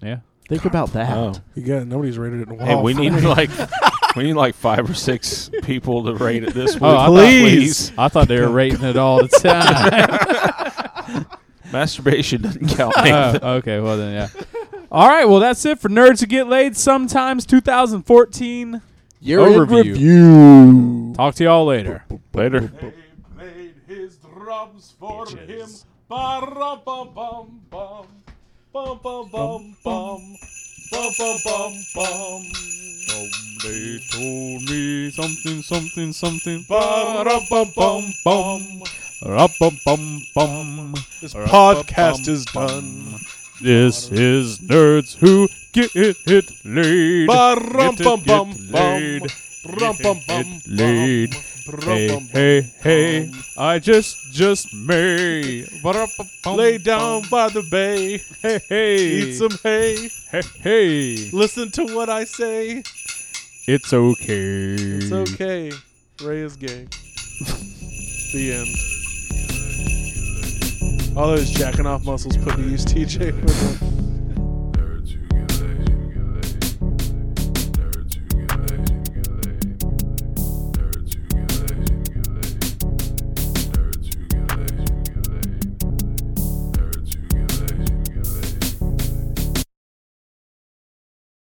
A: yeah.
C: Think about that.
D: Oh.
B: You got nobody's rated it in a while.
D: Hey, we need like we need like five or six people to rate it this week.
A: Oh, I thought-
D: please.
A: I thought they were rating it all the time.
D: Masturbation doesn't count.
A: Oh, okay, well then, yeah. All right, well that's it for Nerds Who Get Laid Sometimes 2014.
C: Year
A: Overview.
C: in review.
A: Talk to y'all later.
D: Later.
B: played his drums for him. Ba-ra-ba-bum-bum. Bum-bum-bum-bum. Bum-bum-bum-bum.
A: They told me something, something, something.
B: Ba-ra-bum-bum.
A: bum, bum, bum, bum.
B: This podcast is done.
A: This is nerds who get it hit laid.
B: Ba-rum
A: Get it,
B: bum
A: get
B: bum
A: laid.
B: bum. Rum bum bum.
A: Laid. Hey, hey, hey! I just, just may. Ba-da-ba-bum.
B: Lay down by the bay.
A: Hey, hey!
B: Eat some hay.
A: Hey, hey!
B: Listen to what I say.
A: It's okay.
E: It's okay. Ray is gay. the end. All those jacking off muscles put to use TJ.